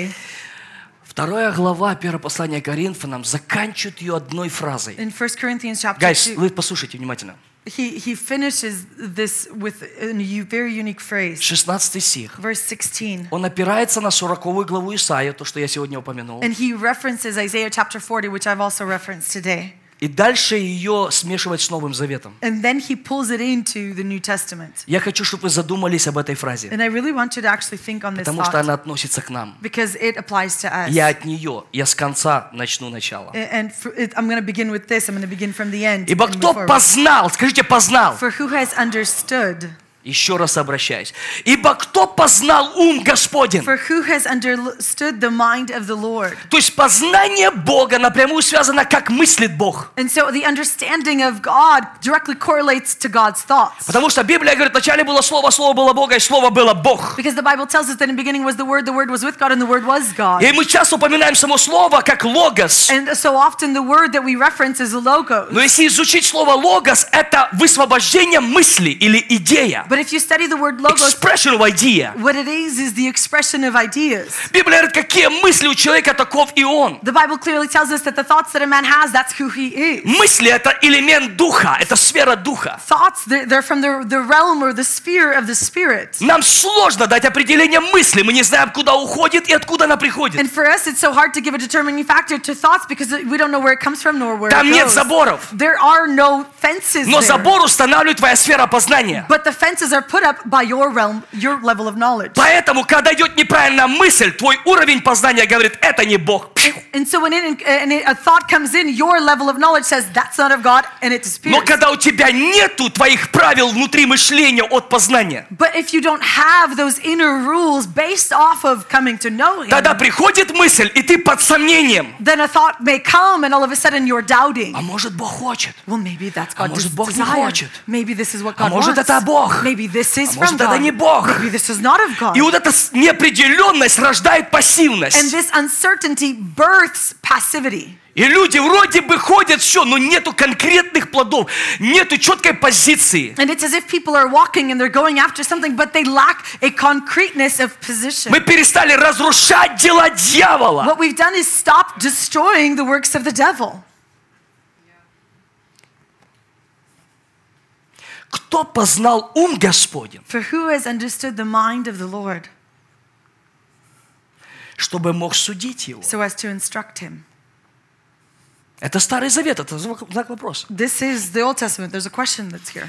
Вторая глава первого послания Коринфянам заканчивает ее одной фразой.
in 1 Corinthians chapter
Guys,
2,
вы послушайте внимательно.
he, he finishes this with a u- very unique phrase.
16 стих.
verse 16.
Он опирается на 40 главу Исаия, то, что я сегодня упомянул.
And he references Isaiah chapter 40, which I've also referenced today.
И дальше ее смешивать с Новым Заветом.
And then he pulls it into the New Testament.
Я хочу, чтобы вы задумались об этой фразе,
And I really want you to actually think on this
потому что
thought
она относится к нам.
because it applies to us.
Я от нее, я с конца начну начало.
A- And for, it, I'm going to begin with this. I'm going to begin from the end.
Ибо
and move
кто
forward.
познал, скажите, познал,
For who has understood,
еще раз обращаюсь, ибо кто познал ум Господень,
for who has understood the mind of the Lord?
то есть познание Бога напрямую связано, как мыслит Бог.
And so the understanding of God directly correlates to God's thoughts.
Потому что Библия говорит, вначале было Слово, Слово было Бога, и Слово было Бог.
Because the Bible tells us that in the beginning was the Word, the Word was with God, and the Word was God.
И мы часто упоминаем само Слово, как Логос.
And so often the word that we reference is logos.
Но если изучить слово «логос», это высвобождение мысли или идея.
But if you study the word logos,
Expression of idea.
what it is is the expression of ideas.
Библия говорит, какие мысли у человека, таков и он.
The Bible clearly tells us that the thoughts that a man has, that's who he is.
Мысли – это элемент духа, это сфера духа.
Thoughts, they're, they're from the, the realm or the sphere of the spirit.
Нам сложно дать определение мысли, мы не знаем, куда уходит и откуда она приходит.
And for us, it's so hard to give a determining factor to thoughts because we don't know where it comes from nor where
Там
it
нет
goes.
заборов,
There are no fences
но
there.
забор устанавливает твоя сфера познания.
But the fences are put up by your realm, your level of knowledge.
Поэтому, когда идет неправильная мысль, твой уровень познания говорит, это не Бог. Пф.
And so when it, and it, a thought comes in, your level of knowledge says that's not of God and it disappears.
Но когда у тебя нету твоих правил внутри мышления от познания,
But if you don't have those inner rules based off of coming to know Him,
Тогда приходит мысль, и ты под сомнением.
then a thought may come and all of a sudden you're doubting.
А может, Бог хочет?
Well, maybe that's
А
God's
может, Бог не
desire.
хочет?
Maybe this is what
А
God
может,
wants.
это Бог?
Maybe this is
А может,
from
это
God.
не Бог.
Maybe this is not of God.
И вот эта с- неопределенность рождает
And
пассивность.
this uncertainty births passivity.
И люди вроде бы ходят все, но нету конкретных плодов, нету четкой позиции.
And it's as if people are walking and they're going after something, but they lack a concreteness of position.
Мы перестали разрушать дела дьявола.
What we've done is stop destroying the works of the devil.
Кто познал ум Господен,
For who has understood the mind of the Lord
чтобы мог судить его?
so as to instruct him?
Это Старый Завет, это знак знак вопроса.
This is the Old Testament. There's a question that's here.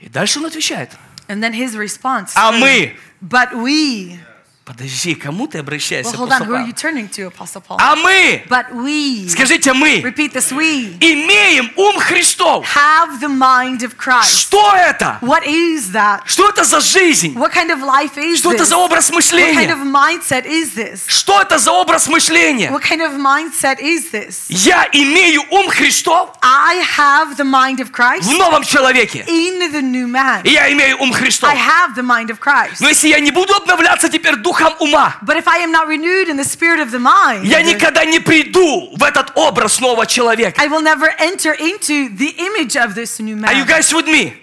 И дальше он отвечает.
And then his response.
А мы?
But we.
Подожди, кому ты обращаешься?
Well, hold on.
апостол
Who are
Павел?
you turning to, Apostle Paul?
А мы,
But we.
скажите мы,
Repeat this. We
имеем ум Христов.
have the mind of Christ.
Что это?
What is that?
Что это за жизнь?
What kind of life is
Что это
this?
за
What
образ
kind of
мышления?
mindset is this?
Что это за образ мышления?
What kind of mindset is this?
Я имею ум Христов
I have the mind of
в
Christ
новом человеке.
in the new man.
И я имею ум Христов.
I have the mind of Christ.
Но если я не буду обновляться теперь духом ума,
But if I am not renewed in the spirit of the mind,
я никогда не приду в этот образ нового человека.
I will never enter into the image of this new
Are you
man.
guys with me?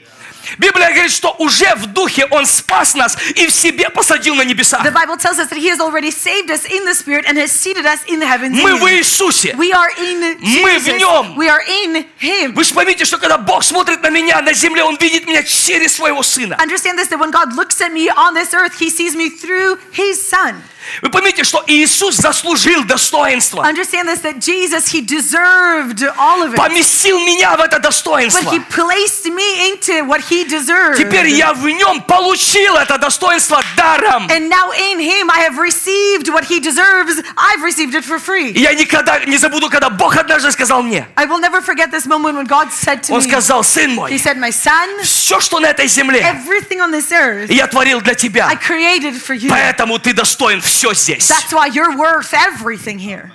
Bible говорит, что уже в духе Он спас нас и в себе посадил на небеса.
The Bible tells us that He has already saved us in the Spirit and has seated us in the heavens. in
Мы в
Him.
Иисусе.
We are in
Мы в Нем.
Jesus. We are in Him.
Вы же поймите, что когда Бог смотрит на меня на земле, Он видит меня через своего Сына.
Understand this that when God looks at me on this earth, He sees me through His Son.
Вы поймите, что Иисус заслужил достоинство.
Understand this that Jesus, He deserved all of it.
Поместил меня в это
But
достоинство.
He placed me into what He deserved.
Теперь я в нем получил это достоинство даром.
And now in Him, I have received what He deserves. I've received it for
И
free.
я никогда не забуду, когда Бог однажды сказал мне.
I will never forget this moment when God said to
Он
me,
сказал, сын
He
мой,
said, My son,
все, что на этой
Э,
земле,
everything on this earth
я творил для
I
тебя.
created for you.
Поэтому ты достоин все здесь.
That's why you're worth everything here.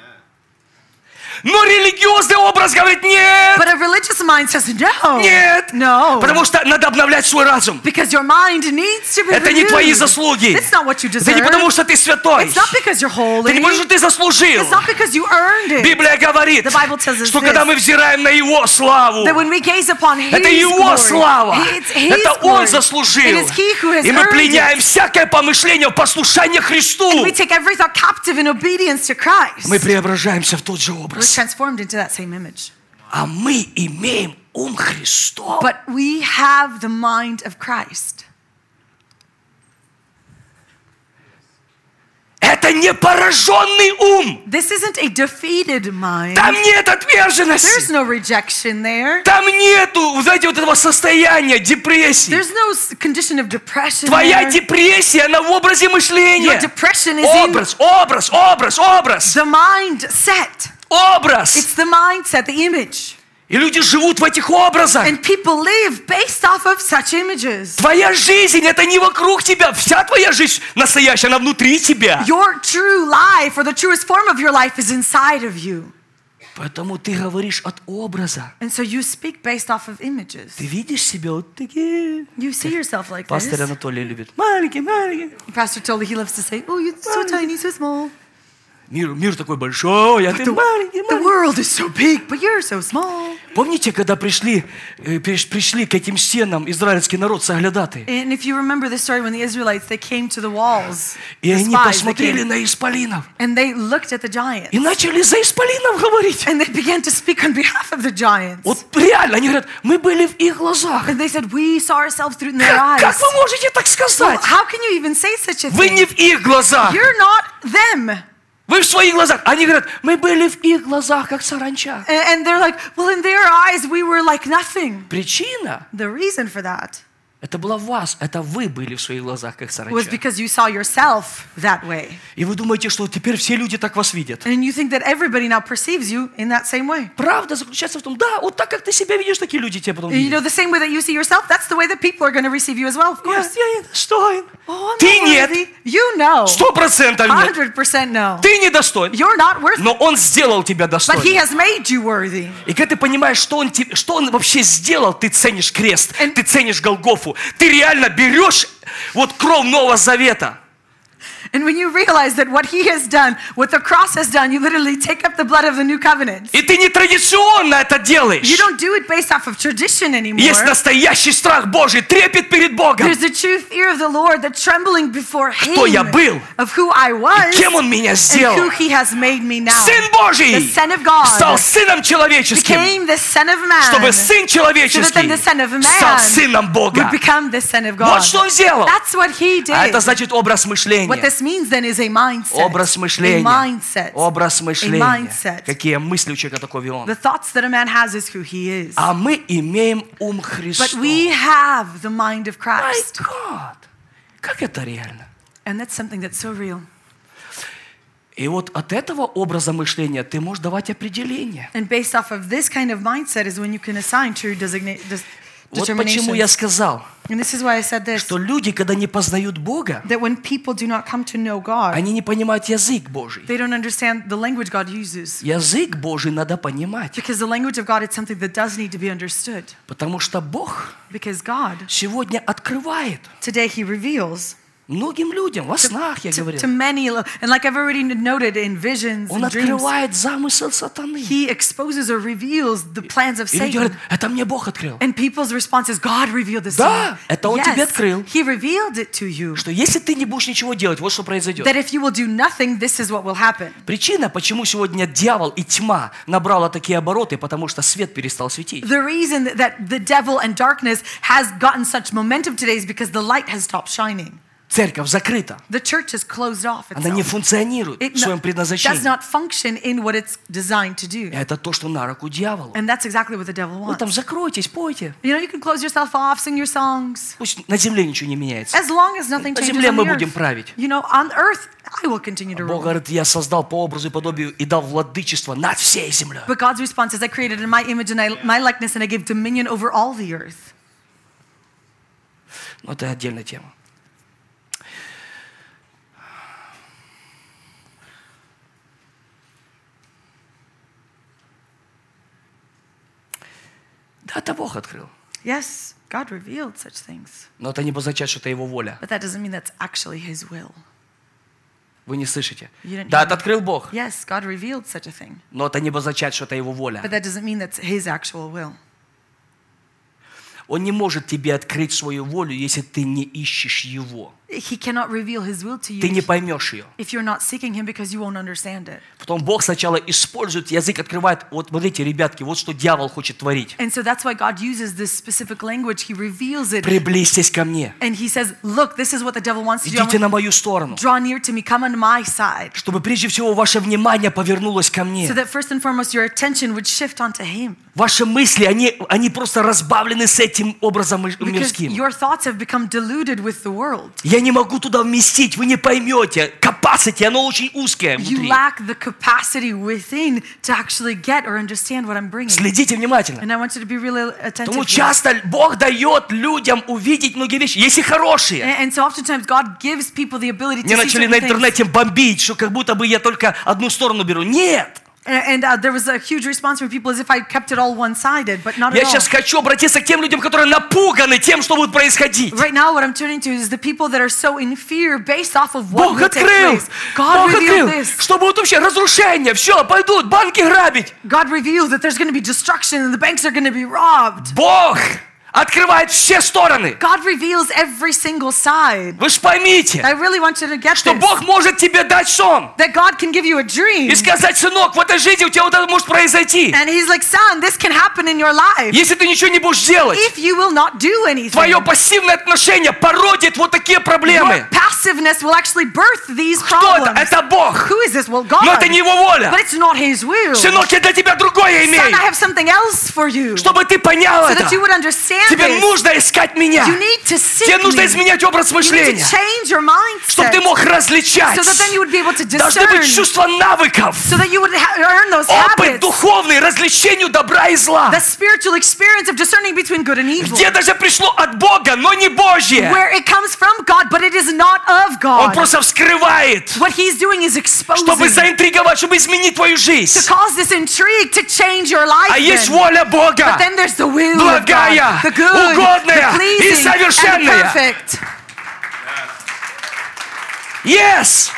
Но религиозный образ говорит, нет,
But a religious mind says, No.
нет.
No.
Потому что надо обновлять свой разум.
Because your mind needs to be
Это не твои
renewed.
заслуги.
It's not what you
Это
deserve.
не потому, что ты святой.
It's not because you're holy.
Ты не потому, что ты заслужил.
It's not because you earned it.
Библия говорит,
The Bible tells us
что
this.
когда мы взираем на Его славу,
That when we gaze upon His
это Его
glory,
слава,
it's His
это Он
glory. It
заслужил.
is He who has
И мы
earned
пленяем
it.
всякое помышление в послушание Христу.
We take every thought captive in obedience to Christ.
Мы преображаемся в тот же
We're
образ.
transformed into that same image.
А мы имеем ум Христов.
But we have the mind of Christ.
Это не пораженный ум.
This isn't a defeated mind.
Там нет
There's
отверженности.
no rejection there.
Там нету, знаете, вот этого состояния, депрессии.
There's no s- condition of depression.
Твоя
there.
депрессия, она в образе
Your
мышления.
depression is in
Образ, образ, образ, образ,
the mindset.
образ.
It's the mindset, the image.
И люди живут в этих образах.
And people live based off of such images.
Твоя жизнь, это не вокруг тебя. Вся твоя жизнь настоящая, она внутри тебя.
Your true life, or the truest form of your life, is inside of you.
Поэтому ты говоришь от образа.
And so you speak based off of images.
Ты видишь себя вот такие.
You see yourself like
Пастор
this.
Анатолий любит. Маленький, маленький.
Pastor Tolle, he loves to say, Oh, you're so tiny, so small.
Мир, мир такой большой, а ты маленький,
The
маленький.
world is so big, but you're so small.
Помните, когда пришли, э, приш- пришли к этим стенам израильский народ соглядатый?
And if you remember the story when the Israelites, they came to the walls.
И
the
они
spies, they
посмотрели
came,
на исполинов.
and they looked at the giants.
И начали за исполинов говорить.
And they began to speak on behalf of the giants.
Вот реально, они говорят, мы были в их глазах.
And they said, We saw ourselves through their
Как, как
eyes.
вы можете так
Well,
сказать?
how can you even say such a
Вы
thing?
не в их глазах.
Ну, You're not them. A-
Вы в своих глазах. Они говорят, мы были в их глазах, как саранча.
And they're like, Well, in their eyes, we were like nothing.
Причина,
The reason for that
это была в вас, это вы были в своих глазах, как
was
саранча.
because you saw yourself that way.
И вы думаете, что теперь все люди так вас видят.
And you think that everybody now perceives you in that same way.
Правда заключается в том, да, вот так, как ты себя видишь, такие люди тебя потом
And you know,
видят.
the same way that you see yourself, that's the way that people are going to receive you as well, of
Я,
course.
я не достоин.
Oh, I'm
Ты
not
нет.
worthy. You know.
Сто процентов нет.
100% no.
Ты недостоин.
You're not worthy.
Но он сделал тебя
But he
достойным.
has мade you worthy.
И когда ты понимаешь, что он, те- что он вообще сделал, ты ценишь крест,
And-
ты ценишь Голгофу, Богу, ты реально берешь вот кровь Нового Завета.
And when you realize that what he has done, what the cross has done, you literally take up the blood of the new covenant.
И ты не традиционно это делаешь.
You don't do it based off of tradition anymore.
Есть настоящий страх Божий, трепет перед Богом.
There's a true fear of the Lord, the trembling before him
Кто я был?
of who I was
Кем Он меня
and who
сделал?
he has made me now.
Сын Божий
The Son of God
стал Сыном Человеческим,
became the Son of Man
чтобы Сын
then the Son of
Человеческий
Man
стал Сыном Бога.
would become the Son of God.
Вот что Он сделал.
That's what he did.
А это значит образ мышления.
What this means then is a mindset.
Образ
A
мышления.
mindset.
Образ
A
мышления.
mindset.
Какие мысли у человека такой
The
он.
thoughts that a man has is who he is.
А мы имеем ум
But
Христа.
we have the mind of
My
Christ.
God. Как это реально?
And that's something that's so real.
И вот от этого образа мышления ты можешь давать определение.
And based off of this kind of mindset is when you can assign true designate, des-
Вот почему
determination.
я сказал,
And this is why I said this
что люди, когда не познают Бога,
that when people do not come to know God,
они не понимают язык Божий.
they don't understand the language God uses.
Язык Божий надо понимать,
Because the language of God is something that does need to be understood.
потому что Бог
Because God,
сегодня открывает
today, He reveals
многим людям, во снах, я
to,
говорил.
to many, lo- and like I've already noted in visions
Он
and dreams,
открывает замысел сатаны.
He exposes or reveals the plans of
И люди говорят,
Satan.
это мне Бог открыл.
And people's response is, God revealed this
Да,
to
это
you.
он тебе открыл.
He revealed it to you.
Что если ты не будешь ничего делать, вот что произойдет.
That if you will do nothing, this is what will happen.
Причина, почему сегодня дьявол и тьма набрала такие обороты, потому что свет перестал светить.
The reason that the devil and darkness has gotten such momentum today is because the light has stopped shining.
Церковь закрыта.
The church has closed off
Она не
itself.
функционирует
It
в своем
does
предназначении.
not function in what it's designed to do.
Это то, что на руку дьяволу.
And that's exactly what the devil
Вы там
wants.
закройтесь, пойте.
You know, you can close yourself off, sing your songs.
Пусть на земле ничего не меняется.
As long as nothing
На
changes
земле
on
мы
the
будем
earth.
править.
You know, on earth, I will continue to
Бог
rule.
говорит, я создал по образу и подобию и дал владычество над всей землей.
But God's response is, I created in my image and I, my likeness, and I gave dominion over all the earth.
Но это отдельная тема. Да, это Бог открыл.
Yes, God revealed such things,
Но это не обозначает, что это его воля.
but that doesn't mean that's actually His will.
Вы не слышите.
You didn't
Да,
hear
это
me.
открыл Бог.
Yes, God revealed such a thing,
Но это не обозначает, что это его воля.
but that doesn't mean that's His actual will.
Он не может тебе открыть свою волю, если ты не ищешь его.
He cannot reveal His will to
Ты не
you
поймешь ее.
if you're not seeking Him because you won't understand it.
Потом Бог сначала использует язык, открывает. Вот смотрите, ребятки, вот что дьявол хочет творить.
And so that's why God uses this specific language. He reveals it,
Приблизьтесь ко мне.
and He says, "Look, this is what the devil wants to do. I
Идите
want-
на мою сторону,
Draw near to me. Come on my side."
чтобы прежде всего ваше внимание повернулось ко
So
мне.
that first and foremost, your attention would shift onto Him.
Ваши мысли, они, они просто разбавлены с этим образом миш-
Because
мирским.
your thoughts have become diluted with the world.
Я не могу туда вместить, вы не поймете. Capacity, оно очень узкое
You
внутри.
lack the capacity within to actually get or understand what I'm bringing.
Следите внимательно.
And I want you to be really attentive.
Потому
here.
часто Бог дает людям увидеть многие вещи, если хорошие.
And and so oftentimes God gives people the ability to
Мне
see
начали
certain
на
things.
интернете бомбить, что как будто бы я только одну сторону беру. Нет!
And and, uh, there was a huge response from people as if I kept it all one-sided, but not
Я
at all.
сейчас хочу обратиться к тем людям, которые напуганы тем, что будет происходить.
Right now, what I'm turning to is the people that are so in fear based off of what
Бог
will take
открыл!
place.
Бог
God revealed
открыл!
this.
Что будут вообще разрушения, все, пойдут банки грабить.
God revealed that there's going to be destruction and the banks are going to be robbed.
Бог открывает все стороны.
God reveals every single side.
Вы ж поймите,
I really want you to get
что
this.
Бог может тебе дать сон
that God can give you a dream.
и сказать, сынок, в этой жизни у тебя вот это может произойти.
And he's like, son, this can happen in your life
Если ты ничего не будешь делать,
if you will not do anything.
твое пассивное отношение породит вот такие
Your
проблемы.
passiveness will actually birth these
Кто это?
problems.
Это Бог.
Who is this? Well, God.
Но это не его воля.
But it's not his will.
Сынок, я для тебя другое
son,
имею.
I have something else for you. so
Чтобы ты понял это.
that you would understand
Тебе
this.
нужно искать меня.
You need to seek
Тебе нужно
me.
изменять образ
You need
мышления.
to change your
чтобы
mindset
ты мог различать.
so that then you would be able to
Должны
discern,
быть чувства навыков,
so that you would ha- earn those
опыт
habits,
духовный, развлечению добра и зла.
the spiritual experience of discerning between good and evil.
Где даже пришло от Бога, но не Божье.
where it comes from God, but it is not of
Он
God.
просто вскрывает,
What he's doing is exposing
чтобы
to
заинтриговать, чтобы изменить твою жизнь.
cause this intrigue to change your life.
А есть
then.
воля
But
Бога.
then there's the will of
Благая,
God, the good,
угодное
the
и
pleasing, and
совершенное.
perfect.
Yes!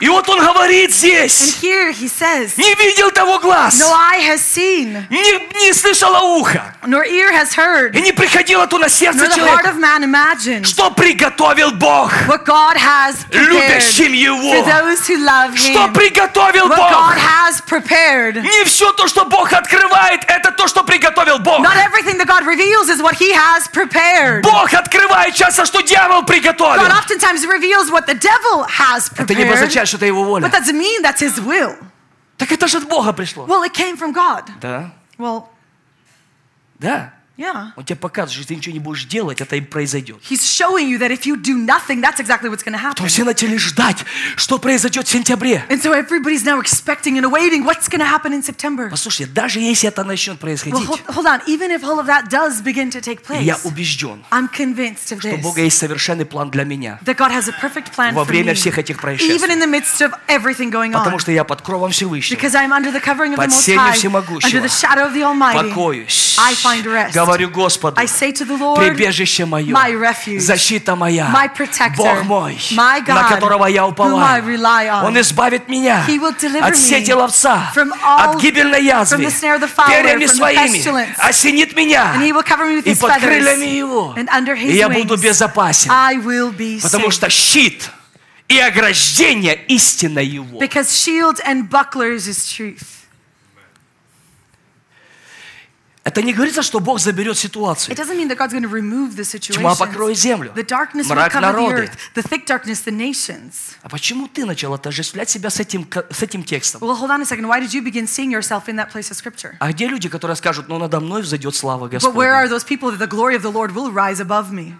И вот он говорит
And
здесь,
here he says,
не видел того глаз,
No eye has seen,
не, не слышало ухо,
nor ear has heard,
и не приходило то на
nor
сердце
the heart
человека,
of man imagined
что приготовил Бог
what God has prepared
любящим
for
Его.
those who love
Что
Him.
приготовил
What
Бог.
God has prepared.
Не все то, что Бог открывает, это то, что приготовил Бог.
Not everything that God reveals is what He has prepared.
Бог открывает часто, что дьявол приготовил.
God oftentimes reveals what the devil has
Это не
prepared,
означает, что это его
but
воля.
that doesn't mean that's His will.
Так это же от Бога пришло.
Well, it came from God.
Да,
Well,
да.
yeah.
Он тебе показывает, что если ты ничего не будешь делать, это и произойдет.
He's showing you that if you do nothing, that's exactly what's going to
То
happen.
есть все начали ждать, что произойдет в сентябре.
And so everybody's now expecting and awaiting what's going to happen in September.
Послушайте, даже если это начнет
Well,
происходить,
hold, hold on. Even if all of that does begin to take
я
place,
убежден,
I'm convinced of
oh. что у Бога
this
есть совершенный план для меня.
that God has a perfect plan
Во
for me,
время всех этих происшествий.
even in the midst of everything going on.
Потому что я под кровом Всевышнего.
Because I'm under the covering of the
Под
Most
сенью
High,
всемогущего.
under the shadow of the Almighty,
Покоюсь.
I find rest.
Говорю Господу,
I say to the Lord,
прибежище мое,
my refuge,
защита моя,
my protector,
Бог мой,
my God,
на которого я
whom I
уповаю.
rely on.
Он избавит меня
He will deliver
от
me
сети ловца,
from all-
от гибельной язвы,
from the snare of the fowler,
перьями
from the
своими,
pestilence.
осенит меня,
And he will cover me with
и
his
под
feathers,
крыльями его,
and under his
и я
wings,
буду безопасен,
I will be
потому
safe.
что щит и ограждение истина его.
Because shield and bucklers is truth.
Это не говорится, что Бог заберет
It
ситуацию.
doesn't mean that God's going to remove the situation.
Тьма покроет землю,
The darkness will
мрак
cover the
народы.
earth, the thick darkness, the nations.
А почему ты начал отождествлять себя с этим, ко- с этим текстом?
Well, hold on a second. Why did you begin seeing yourself in that place of Scripture?
А где люди, которые скажут, ну надо мной взойдет слава
But
Господня?
where are those people that the glory of the Lord will rise above me?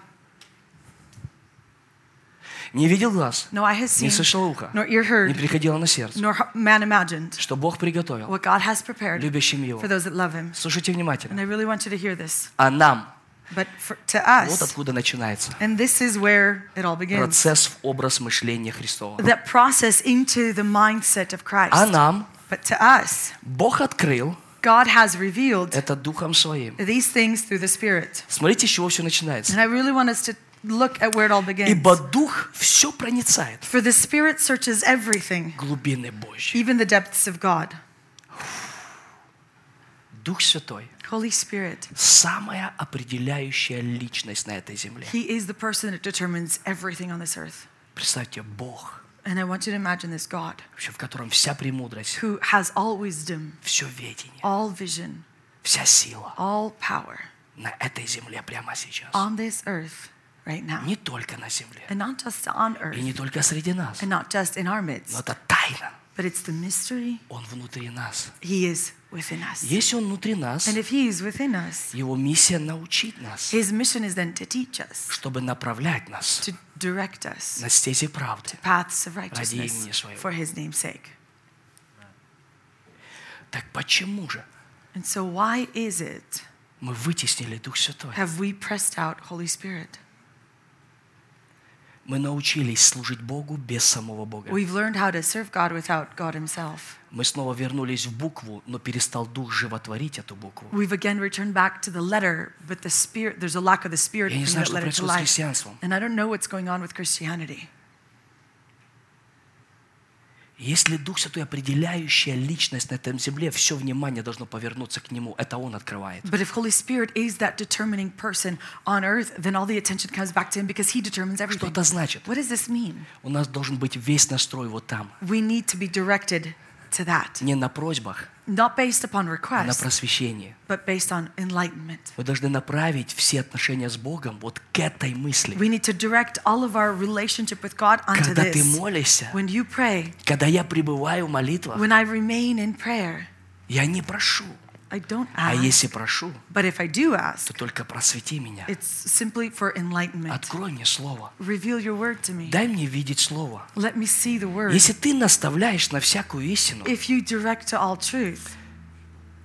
Не видел глаз,
No eye has
не
seen,
слышал ухо,
nor
не
ear heard,
приходило на сердце,
nor h- man imagined
что Бог приготовил
what God has prepared
любящим Его.
for those that love Him.
Слушайте
And
внимательно.
I really want you to hear this.
А нам,
But for, to
вот
us,
откуда начинается
and this is where it all begins
процесс в образ мышления Христова.
that process into the mindset of
А
Christ.
нам
But to us,
Бог открыл
God has revealed
это Духом Своим.
these things through the Spirit.
Смотрите, с чего все начинается.
And I really want us to look at where it all begins.
Ибо Дух все проницает.
For the Spirit searches everything,
Глубины Божьи.
even the depths of God.
Дух Святой
Holy Spirit,
самая определяющая личность на этой земле.
He is the person that determines everything on this earth.
Представьте, Бог,
And I want you to imagine this God
вообще в котором вся премудрость,
who has all wisdom,
все ведение,
all vision,
вся сила
all power
на этой земле прямо сейчас.
on this earth right now.
Не только на земле,
And not just on
и
earth,
не только среди нас,
and not just in our
но
midst,
это тайна.
but it's the mystery
Он внутри нас.
He is within us.
Если Он внутри нас,
And if He is within us,
Его миссия научить нас,
His mission is then to teach us,
чтобы направлять нас
to direct us
на стези правды.
paths of
имени
righteousness
своего.
for His name's sake.
Так почему же
And so, why is it
мы вытеснили Дух Святой?
have we pressed out Holy Spirit?
Мы научились служить Богу без самого Бога.
We've learned how to serve God without God Himself.
Мы снова вернулись в букву, но перестал Дух животворить эту букву.
We've again returned back to the letter, but the spirit. There's a lack of the spirit
Я не
in
знаю,
that
что
letter to
происходит с
life.
христианством.
And I don't know what's going on with Christianity.
Если Дух Святой определяющая личность на этом земле, все внимание должно повернуться к Нему. Это Он открывает.
But if Holy Spirit is that determining person on earth, then all the attention comes back to Him because He determines
Что
everything.
это значит?
What does this mean?
У нас должен быть весь настрой вот там.
We need to be directed to that,
Не на просьбах,
not based upon
а на
request,
просвещении.
but based on enlightenment.
Мы должны направить все отношения с Богом вот к этой мысли.
We need to direct all of our relationship with God onto
Когда ты
this.
молишься,
When you pray,
когда я пребываю в молитвах,
when I remain in prayer,
я не прошу.
I don't
А
ask.
если прошу,
But if I do
то
ask,
только просвети меня.
it's simply for enlightenment.
Открой мне Слово.
Reveal your word to me.
Дай мне видеть Слово.
Let me see the word.
Если ты наставляешь на всякую истину,
If you direct to all truth,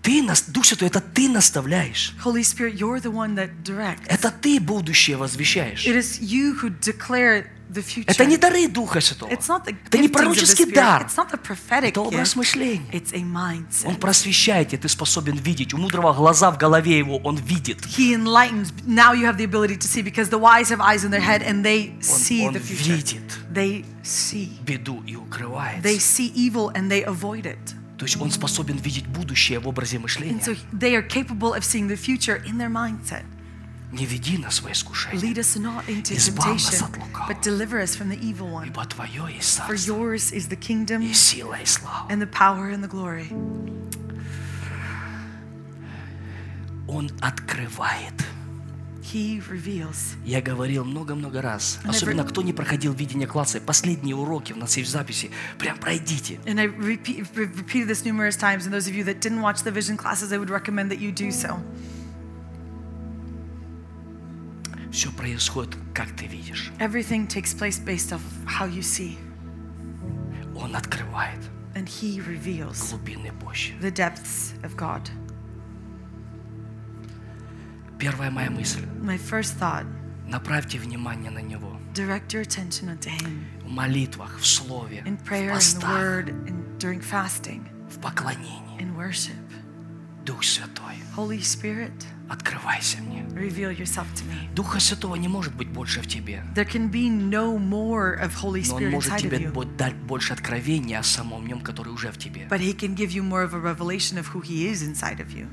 ты нас, Дух Святой, это ты наставляешь.
Holy Spirit, you're the one that directs.
Это ты будущее возвещаешь.
It is you who declare the future.
Это не дары Духа Святого.
It's not the
Это не
giftings of the
пророческий
Spirit.
дар.
It's not the prophetic
Это образ
gift.
мышления.
It's a mindset.
Он просвещает, и ты способен видеть. У мудрого глаза в голове его, он видит.
He enlightens. Now you have the ability to see because the wise have eyes in their head and they see
он
the future.
видит.
They see.
Беду и
They
укрывается.
see evil and they avoid it.
То есть он способен видеть будущее в образе
And
мышления.
so they are capable of seeing the future in their mindset.
Не веди нас во искушение,
Lead us not into
Избавь нас
temptation,
от лукавого.
but deliver us from the evil one.
ибо Твое есть
For
царство,
yours is the kingdom
и сила, и слава.
and the power and the glory.
Он открывает.
He reveals.
Я говорил много-много раз, особенно кто не проходил видение класса, последние уроки у нас есть в записи, прям пройдите.
And I repeat, re- repeated this numerous times. And those of you that didn't watch the vision classes, I would recommend that you do so.
Все происходит, как ты видишь.
Everything takes place based off of how you see,
Он открывает
and He reveals
глубины Божьи.
the depths of God.
Первая моя мысль.
My first thought
Направьте внимание на Него.
direct your attention unto Him
В молитвах, в слове,
in
в
prayer, in the
постах,
Word, and during fasting,
в поклонении.
in worship.
Дух Святой,
Holy Spirit,
открывайся мне.
reveal yourself to me.
Духа Святого не может быть больше в тебе.
There can be no more of Holy
Но Он
Spirit
может
inside of
тебе
you,
бо- дать больше откровения о самом Нем, который уже в тебе.
but He can give you more of a revelation of who He is inside of you.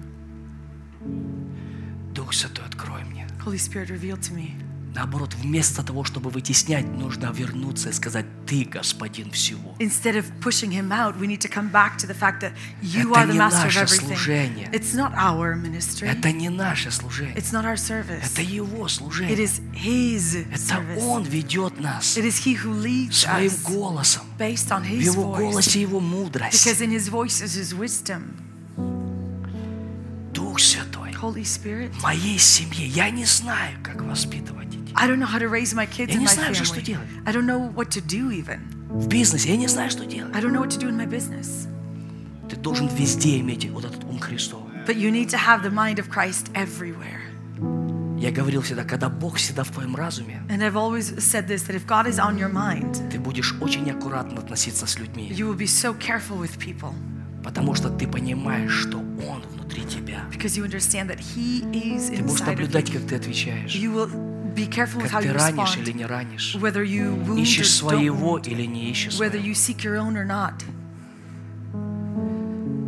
Дух Святой, открой мне.
Holy Spirit, reveal to me.
Наоборот, вместо того, чтобы вытеснять, нужно вернуться и сказать, Ты Господин всего.
Instead of pushing him out, we need to come back to the fact that you
Это
are the
не
master of
наше
everything.
служение.
It's not our ministry.
Это не наше служение.
It's not our service.
Это Его
It
служение.
is His
Это
service.
Он ведет нас
It is He who leads
своим
us
голосом.
based on
В
His
Его
voice.
голосе Его мудрость.
Because in His voice is His wisdom.
Дух Святой.
Holy Spirit.
В моей семье я не знаю, как воспитывать детей.
I don't know how to raise my kids
Я
and
не
my
знаю, что
family.
делать.
I don't know what to do even.
В бизнесе я не знаю, что
I
делать.
don't know what to do in my business.
Ты должен везде иметь вот этот ум Христов.
But you need to have the mind of Christ everywhere.
Я говорил всегда, когда Бог всегда в твоем разуме,
And I've always said this that if God is on your mind,
ты будешь очень аккуратно относиться с людьми,
You will be so careful with people
потому что ты понимаешь, что Он внутри тебя.
because you understand that He is
Ты будешь
inside of
наблюдать,
you.
как ты отвечаешь,
You will be careful with
как
how
ты
you
ранишь или
respond,
не ранишь,
whether you wound or
ищешь
don't
своего
wound,
или не ищешь
whether
своего.
you seek your own or not.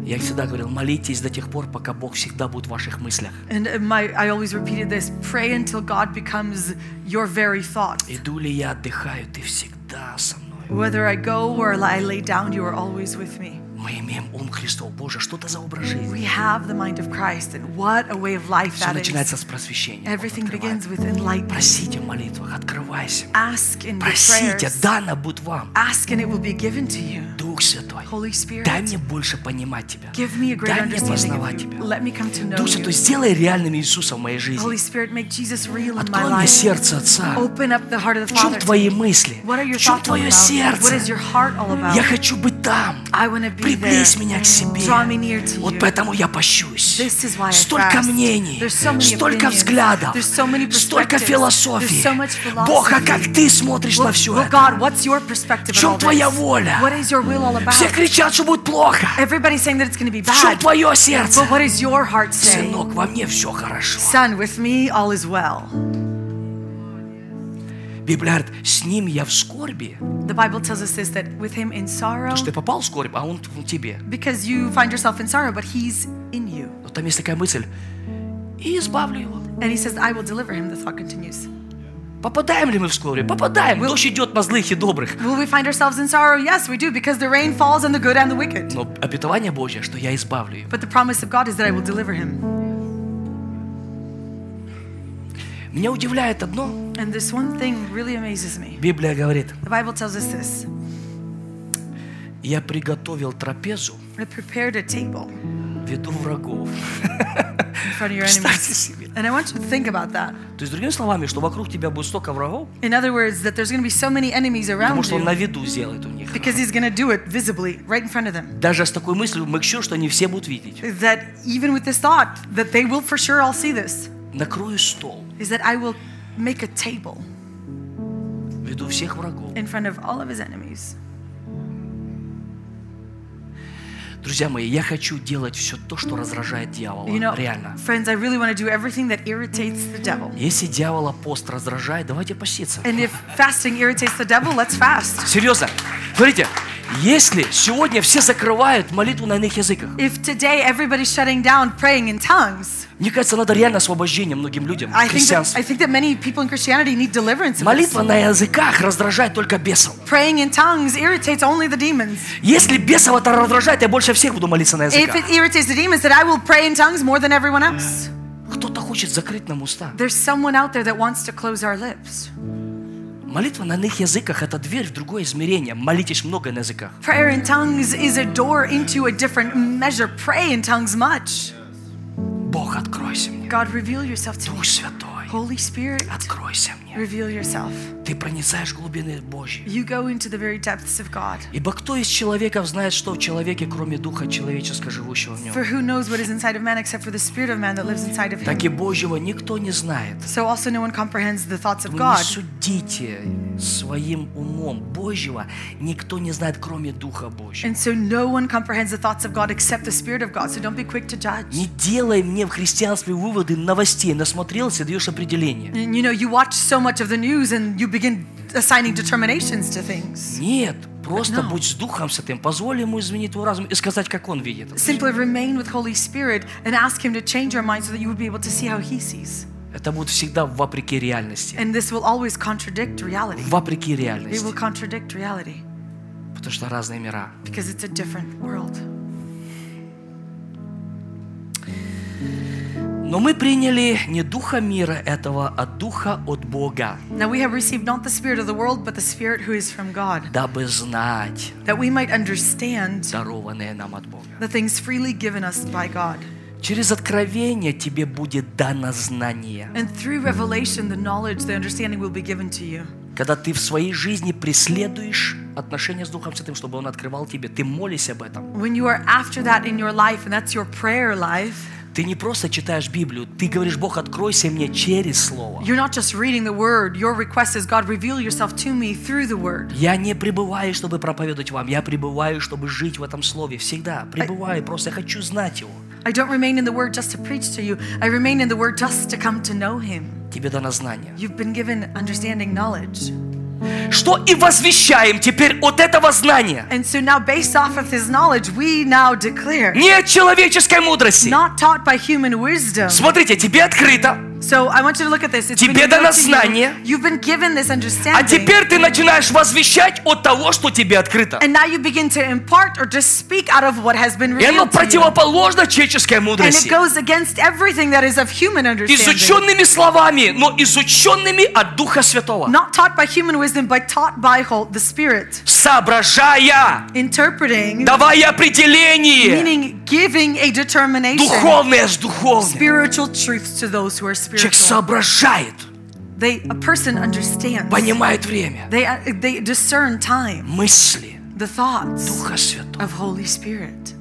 Я всегда говорил, молитесь до тех пор, пока Бог всегда будет в ваших мыслях.
And uh, my, I always repeated this: pray until God becomes your very thought.
Иду ли я отдыхаю, ты всегда со мной.
Whether I go or I lay down, you are always with me.
Мы имеем ум Христов. Боже, что это за образ жизни?
We have the mind of Christ, and what a way of life
Все
that is!
начинается с просвещения. Он
Everything
открывает.
begins with enlightenment.
Просите в молитвах, открывайся.
Ask in your
Просите,
prayers.
дано будет вам.
Ask and it will be given to you.
Дух Святой,
Holy Spirit.
дай мне больше понимать Тебя.
Give me a great
Дай мне
understanding
познавать
of you.
Тебя.
Let me come to know
Дух Святой,
you.
сделай реальным Иисуса в моей жизни.
Holy Spirit, make Jesus real in my
Открой мне
life.
сердце Отца.
Open up the heart of the
В чем
Father. to
Твои
me.
мысли?
What are your
В чем
thoughts all
Твое
about? What is
сердце?
your heart all
Я
about?
хочу быть там.
I want to be
Приблизь
there.
меня к себе.
Draw me near to
Вот
you.
поэтому я пощусь.
This is why I
Столько
fast.
мнений,
There's so many
столько
opinions.
взглядов,
There's so many
столько
perspectives.
философии.
There's so much
Бог, а
philosophy.
как ты смотришь на
Well,
все
well,
это?
God, what's your
В
perspective
чем
about
твоя
this?
воля?
What is your will all about?
Все кричат, что будет плохо.
Everybody's saying that it's going to be
В чем
bad.
твое сердце?
But what is your heart saying?
Сынок, во мне все хорошо.
Son, with me all is well.
Библия говорит, с ним я в скорби.
The Bible tells us this that with him in sorrow,
Потому что ты попал в скорбь, а он в тебе.
because you find yourself in sorrow, but he's in you.
Но там есть такая мысль. И избавлю его.
And he says, I will deliver him. The thought continues.
Попадаем ли мы в скорбь? Попадаем. Дождь идет на злых и добрых.
Will we find ourselves in sorrow? Yes, we do, because the rain falls on the good and the wicked.
Но обетование Божье, что я избавлю его.
But the promise of God is that I will deliver him.
Меня удивляет одно.
And this one thing really amazes me.
Библия говорит,
The Bible tells us this
я приготовил трапезу,
I prepared a table
веду врагов.
in front of your
Представьте
enemies.
себе.
And I want you to think about that.
То есть, другими словами, что вокруг тебя будет столько врагов,
In other words, that there's going to be so many enemies
потому
around
что он на
you
виду сделает у них.
because he's going to do it visibly right in front of them.
Даже с такой мыслью, мы sure, что они все будут видеть.
That even with this thought, that they will for sure all see this,
Накрою стол,
is that I will make a table
ввиду всех врагов.
in front of all of his enemies.
Друзья мои, я хочу делать все то, что раздражает дьявола.
You know,
Реально.
friends, I really want to do everything that irritates the devil.
Если дьявола пост раздражает, давайте поститься.
And if fasting irritates the devil, let's fast.
Серьезно. Смотрите, если сегодня все закрывают молитву на иных языках,
If today everybody's shutting down, praying in tongues,
мне кажется, надо реально освобождение многим людям,
I think, that,
христианству.
I think that many people in Christianity need deliverance. of this.
Молитва на языках раздражает только бесов.
Praying in tongues irritates only the demons.
Если бесов это раздражает, я больше всех буду молиться на
If
языках.
it irritates the demons, then I will pray in tongues more than everyone else.
Кто-то хочет закрыть нам уста.
There's someone out there that wants to close our lips.
Молитва на иных языках – это дверь в другое измерение. Молитесь много на языках.
Prayer in tongues is a door into a different measure. Pray in tongues much.
Бог, откройся мне.
God, reveal yourself to me.
Дух Святой,
Holy Spirit,
откройся мне.
reveal yourself.
Ты проницаешь глубины Божьи.
You go into the very depths of God.
Ибо кто из человеков знает, что в человеке, кроме духа человеческого, живущего в
For
нем?
who knows what is inside of man except for the spirit of man that lives inside of him?
Так и Божьего никто не знает.
So also no one comprehends the thoughts of
Вы
God.
не судите своим умом. Божьего никто не знает, кроме Духа Божьего.
And so no one comprehends the thoughts of God except the spirit of God. So don't be quick to judge.
Не делай мне в христианстве выводы новостей. Насмотрелся, даешь определение.
And you know, you watch so much of the news and you begin assigning determinations to things.
Нет, просто
No.
будь с Духом Святым, позволь ему изменить твой разум и сказать, как он видит. это.
Simply remain with Holy Spirit and ask Him to change your mind so that you would be able to see how He sees.
Это будет всегда вопреки реальности.
And this will always contradict reality.
Вопреки
It will
реальности.
contradict reality
Потому что разные мира.
because it's a different world.
Но мы приняли не духа мира этого, а духа от Бога,
Now we have received not the spirit of the world, but the spirit who is from God,
дабы знать
that we might understand
дарованное нам от Бога.
the things freely given us by God.
Через откровение тебе будет дано знание.
And through revelation, the knowledge, the understanding will be given to you.
Когда ты в своей жизни преследуешь отношения с Духом Святым, чтобы Он открывал тебе, ты молись об этом.
When you are after that in your life, and that's your prayer life,
Ты не просто читаешь Библию, ты говоришь, Бог, откройся мне через Слово.
you're not just reading the word. Your request is, God, reveal yourself to me through the word.
Я не пребываю, чтобы проповедовать вам. Я пребываю, чтобы жить в этом слове. Всегда пребываю. Просто я хочу знать его.
I don't remain in the word just to preach to you, I remain in the word just to come to know him.
Тебе дано знание.
You've been given understanding knowledge.
Что и возвещаем теперь от этого знания.
And so now, based off of this knowledge, we now declare.
Не от человеческой мудрости.
not taught by human wisdom.
Смотрите, тебе открыто.
So I want you to look at this. It's
Тебе
been given
дано
to you.
знание.
You've been given this
А
understanding.
теперь ты начинаешь возвещать от того, что тебе открыто.
And now you begin to impart or just speak out of what has been
И оно
revealed to you.
противоположно человеческой
And it
мудрости.
goes against everything that is of human understanding.
Изученными словами, но изученными от Духа Святого.
Not taught by human wisdom, but taught by hol- the Spirit.
Соображая,
Interpreting,
давая определение.
meaning giving a determination.
Духовное с духовным.
Spiritual truths to those who are
Человек
spiritual.
соображает,
They, a person understands.
понимает время,
They, uh, they discern time,
мысли
the thoughts
Духа Святого,
of Holy Spirit.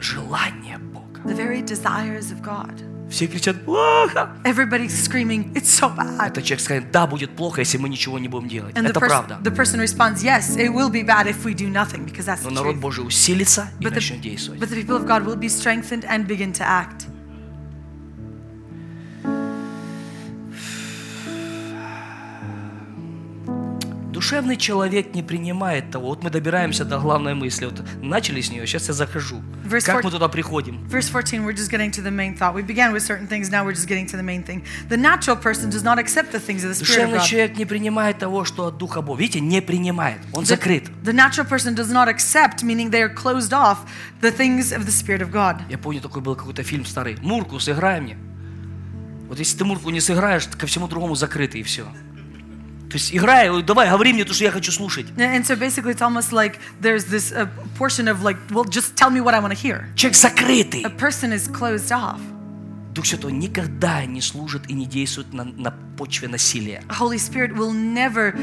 желание Бога.
the very desires of God.
Все кричат, плохо.
Everybody's screaming, it's so bad.
Это человек скажет, да, будет плохо, если мы ничего не будем делать.
And the,
Это
pers-
правда.
the person responds, yes, it will be bad if we do nothing, because that's
Но
the
народ
truth.
Божий усилится и
But
начнет
the,
действовать.
but the people of God will be strengthened and begin to act.
Душевный человек не принимает того. Вот мы добираемся до главной мысли. Вот начали с нее, сейчас я захожу.
Verse
Как мы
14.
туда приходим?
Verse 14, we're just getting to the main thought. We began with certain things, now we're just getting to the main thing. The natural person does not accept the things of the Spirit of
Душевный
God.
человек не принимает того, что от Духа Бога. Видите, не принимает. Он закрыт.
The, the natural person does not accept, meaning they are closed off, the things of the Spirit of God.
Я помню, такой был какой-то фильм старый. Мурку, сыграй мне. Вот если ты Мурку не сыграешь, ко всему другому закрыто и все. То есть играй, э, давай, говори мне то, что я хочу слушать.
And so basically, it's almost like there's this uh, portion of like, well, just tell me what I want to hear.
Человек закрытый.
A person is closed off.
Дух Святой никогда не служит и не действует на, на почве насилия.
Holy Spirit will never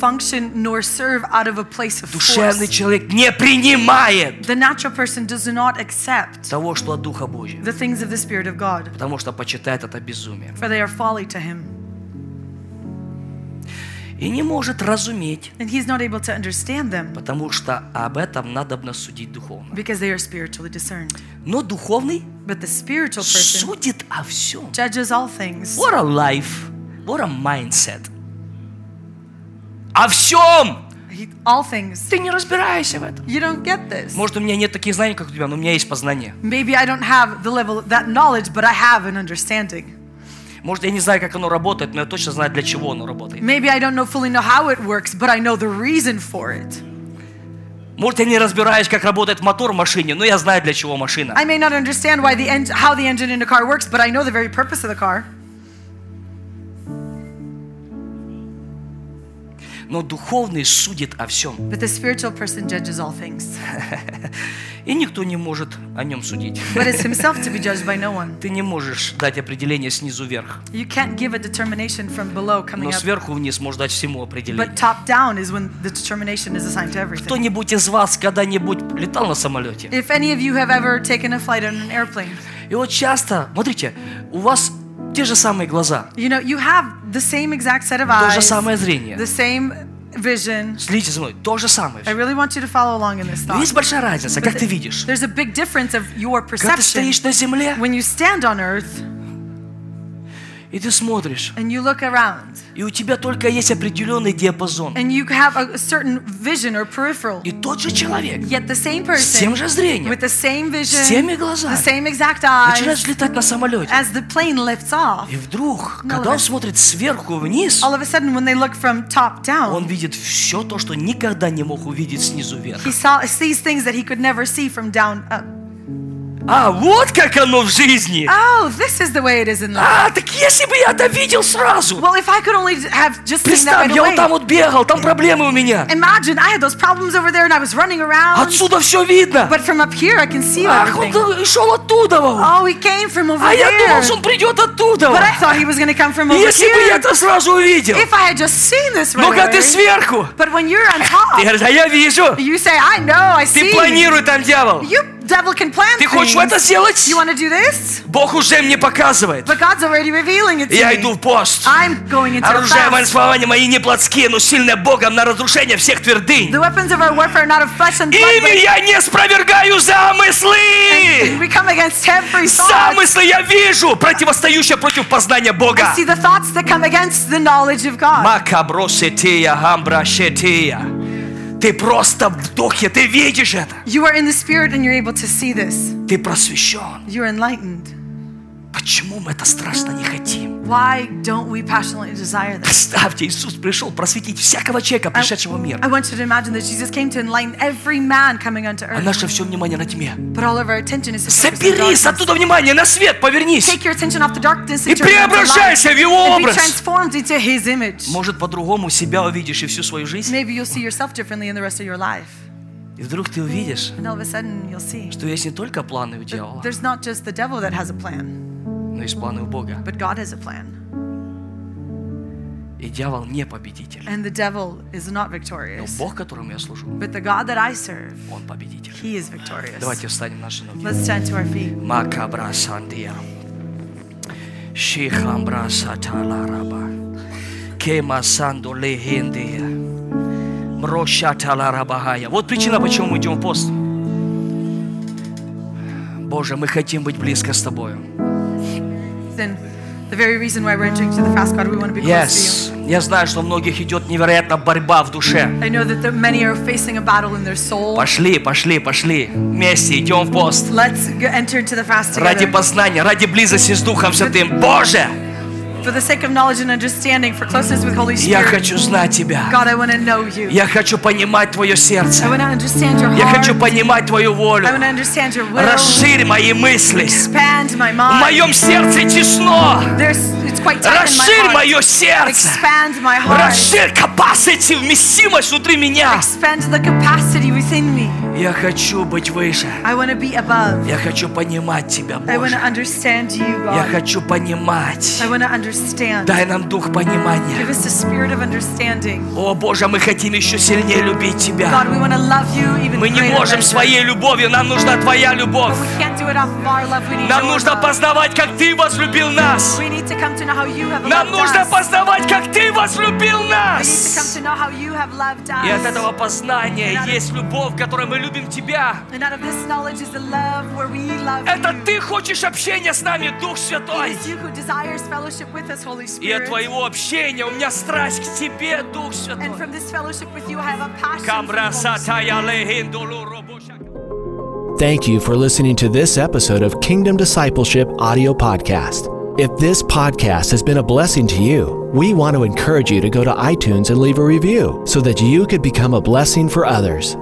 function nor serve out of a place of
Душевный
force.
человек не принимает
The natural person does not accept
того, что от Духа Божьего.
the things of the Spirit of God,
Потому что почитает это безумие.
for they are folly to him.
и не может разуметь,
And he's not able to understand them
потому что об этом надобно судить духовно.
because they are spiritually discerned.
Но духовный
But the spiritual person
судит о всем.
judges all things.
What a life, what a mindset. О всем!
He, all things.
Ты не разбираешься в этом.
You don't get this.
Может, у меня нет таких знаний, как у тебя, но у меня есть познание.
Maybe I don't have the level, that knowledge, but I have an understanding.
Может, я не знаю, как оно работает, но я точно знаю, для чего оно работает.
Maybe I don't know fully know how it works, but I know the reason for it.
Может, я не разбираюсь, как работает мотор в машине, но я знаю, для чего машина.
I may not understand why the en- how the engine in a car works, but I know the very purpose of the car.
Но духовный судит о всем.
But the spiritual person judges all things,
И никто не может о нем судить.
but it's himself to be judged by no one.
Ты не можешь дать определение снизу вверх.
You can't give a determination from below coming
Но
up,
сверху вниз можно дать всему
but
определение.
top down is when the determination is assigned to everything.
Кто-нибудь из вас когда-нибудь летал на самолете?
If any of you have ever taken a flight on an airplane,
И вот часто, смотрите, у вас те же самые глаза,
you know you have the same exact set of
то же
eyes,
самое зрение.
the same vision.
Следите за мной, то же самое.
I really want you to follow along in this
Но есть
thought.
большая разница, как ты видишь.
There's a big difference of your
Когда ты
perception
стоишь на земле,
when you stand on earth
и ты смотришь,
and you look around
и у тебя только есть определенный диапазон.
and you have a certain vision or peripheral.
И тот же человек,
Yet the same
с тем
person
же зрением,
with the same
с теми
vision, the
глазами,
same exact eyes,
начинает взлетать на самолете.
as the plane lifts off,
И вдруг,
А Ну,
когда он
да.
смотрит сверху вниз,
all of a sudden when they look from top
он
down,
видит все то, что никогда не мог увидеть снизу вверх.
he saw, sees things that he could never see from down up.
А вот как оно в жизни!
Oh, this is the way it is in life.
А, так если бы я это видел сразу!
Well, if I could only have just seen that
Представь, я вот
right
там
away.
вот бегал, там проблемы у меня.
Imagine I had those problems over there and I was running around,
Отсюда все видно.
but from up here I can see
Ах, он
everything.
да- шел оттуда. вон.
Oh, he came from over
А я думал,
there.
что он придет оттуда.
But
вон.
I thought he was going to come from over
Если бы я
here.
это сразу увидел.
If I had just seen this
Но
right
когда ты
away.
сверху,
But when you're on
ты
top,
говоришь, а я вижу.
you say, I know, I
Ты
see.
планируй там, дьявол.
You devil can plan
Ты хочешь это
things.
сделать?
You want to do this?
Бог уже мне показывает.
But God's already revealing it to
Я
me.
иду в пост. А
I'm going into the
Оружие
fast.
воинствования мои не плотские, но сильное Богом на разрушение всех твердынь.
The weapons of our warfare are not of flesh and blood,
Ими я не спровергаю
but
замыслы!
we come against every thought.
Замыслы я вижу, противостоящие против познания Бога.
I see the thoughts that come against the knowledge of God.
Макабросетия, гамбрашетия. Ты просто в духе, ты видишь это.
You are in the spirit and you're able to see this.
Ты просвещен.
You're enlightened.
Почему мы это страшно не хотим?
Why don't we passionately desire this?
Представьте, Иисус пришел просветить всякого человека, пришедшего в мир.
I want you to imagine that Jesus came to enlighten every man coming onto
А
earth.
наше все внимание на тьме.
But all of our attention is focused on
Соберись
darkness.
оттуда внимание, на свет повернись.
Take your attention off the darkness
И
and turn it onto light.
преображайся в его
And be
образ.
transformed into His image.
Может, по-другому себя увидишь и всю свою жизнь.
Maybe you'll see yourself differently in the rest of your life.
И вдруг ты увидишь,
And all of a sudden, you'll see
что есть не только планы у дьявола,
there's not just the devil that has a plan,
но есть планы у Бога.
but God has a plan.
И дьявол не победитель.
And the devil is not
Но
victorious.
Бог, которому я служу,
But the God that I serve,
он победитель.
He is victorious.
Давайте встанем на наши ноги.
Let's stand to our feet.
Макабра сандия. Шихамбра саталараба. Кема санду легендия. Мрошаталарабахая. Вот причина, почему мы идем в пост. Боже, мы хотим быть близко с Тобою.
Then the very reason why we're entering to the fast, God, we want to be close to you.
Yes. Я знаю, что у многих идет невероятная борьба в душе.
I know that there, many are facing a battle in their soul.
Пошли, пошли, пошли. Вместе идем в пост.
Let's g- enter into the fast
Ради
together.
познания, ради близости с Духом Святым. Боже,
For the sake of knowledge and understanding, for closeness with Holy
я
Spirit.
хочу знать Тебя.
God, I want to know you.
Я хочу понимать Твое
I
сердце.
want to understand your
Я хочу
heart.
понимать Твою волю.
I want to understand your will.
Расширь мои мысли.
Expand my
В
mind.
моем сердце тесно.
There's, it's quite tight in my
Расширь
heart.
мое сердце.
Expand my heart.
Расширь capacity, вместимость внутри меня.
Expand the capacity within me.
Я хочу быть выше.
I want to be above.
Я хочу понимать Тебя,
I want to
Боже.
understand you,
Я
God.
хочу понимать.
I want to understand.
Дай нам дух
Give
понимания.
us a spirit of understanding.
О, Боже, мы хотим еще сильнее любить Тебя.
God, we want to love you even
Мы не
greater
можем
measure.
своей любовью, нам нужна Твоя любовь.
But we can't do it off of our love. We need
Нам
your
нужно
love.
познавать, как Ты возлюбил нас.
We need to come to know how you have
Нам
loved
нужно
us.
познавать, как Ты возлюбил
We need to come
нас.
to know how you have loved
И от этого
us.
познания есть любовь, которой мы любим Тебя.
And out of this knowledge is the love where we love
Это
you.
Ты хочешь общения с нами, Дух Святой.
It is you who desires fellowship with us, Holy
И от
Spirit.
Твоего общения у меня страсть к Тебе, Дух
And
Святой.
from this fellowship with you, I have a passion. for you, Holy Spirit.
Камбрасатая легендулу робоша.
Thank you for listening to this episode of Kingdom Discipleship Audio Podcast. If this podcast has been a blessing to you, we want to encourage you to go to iTunes and leave a review so that you could become a blessing for others.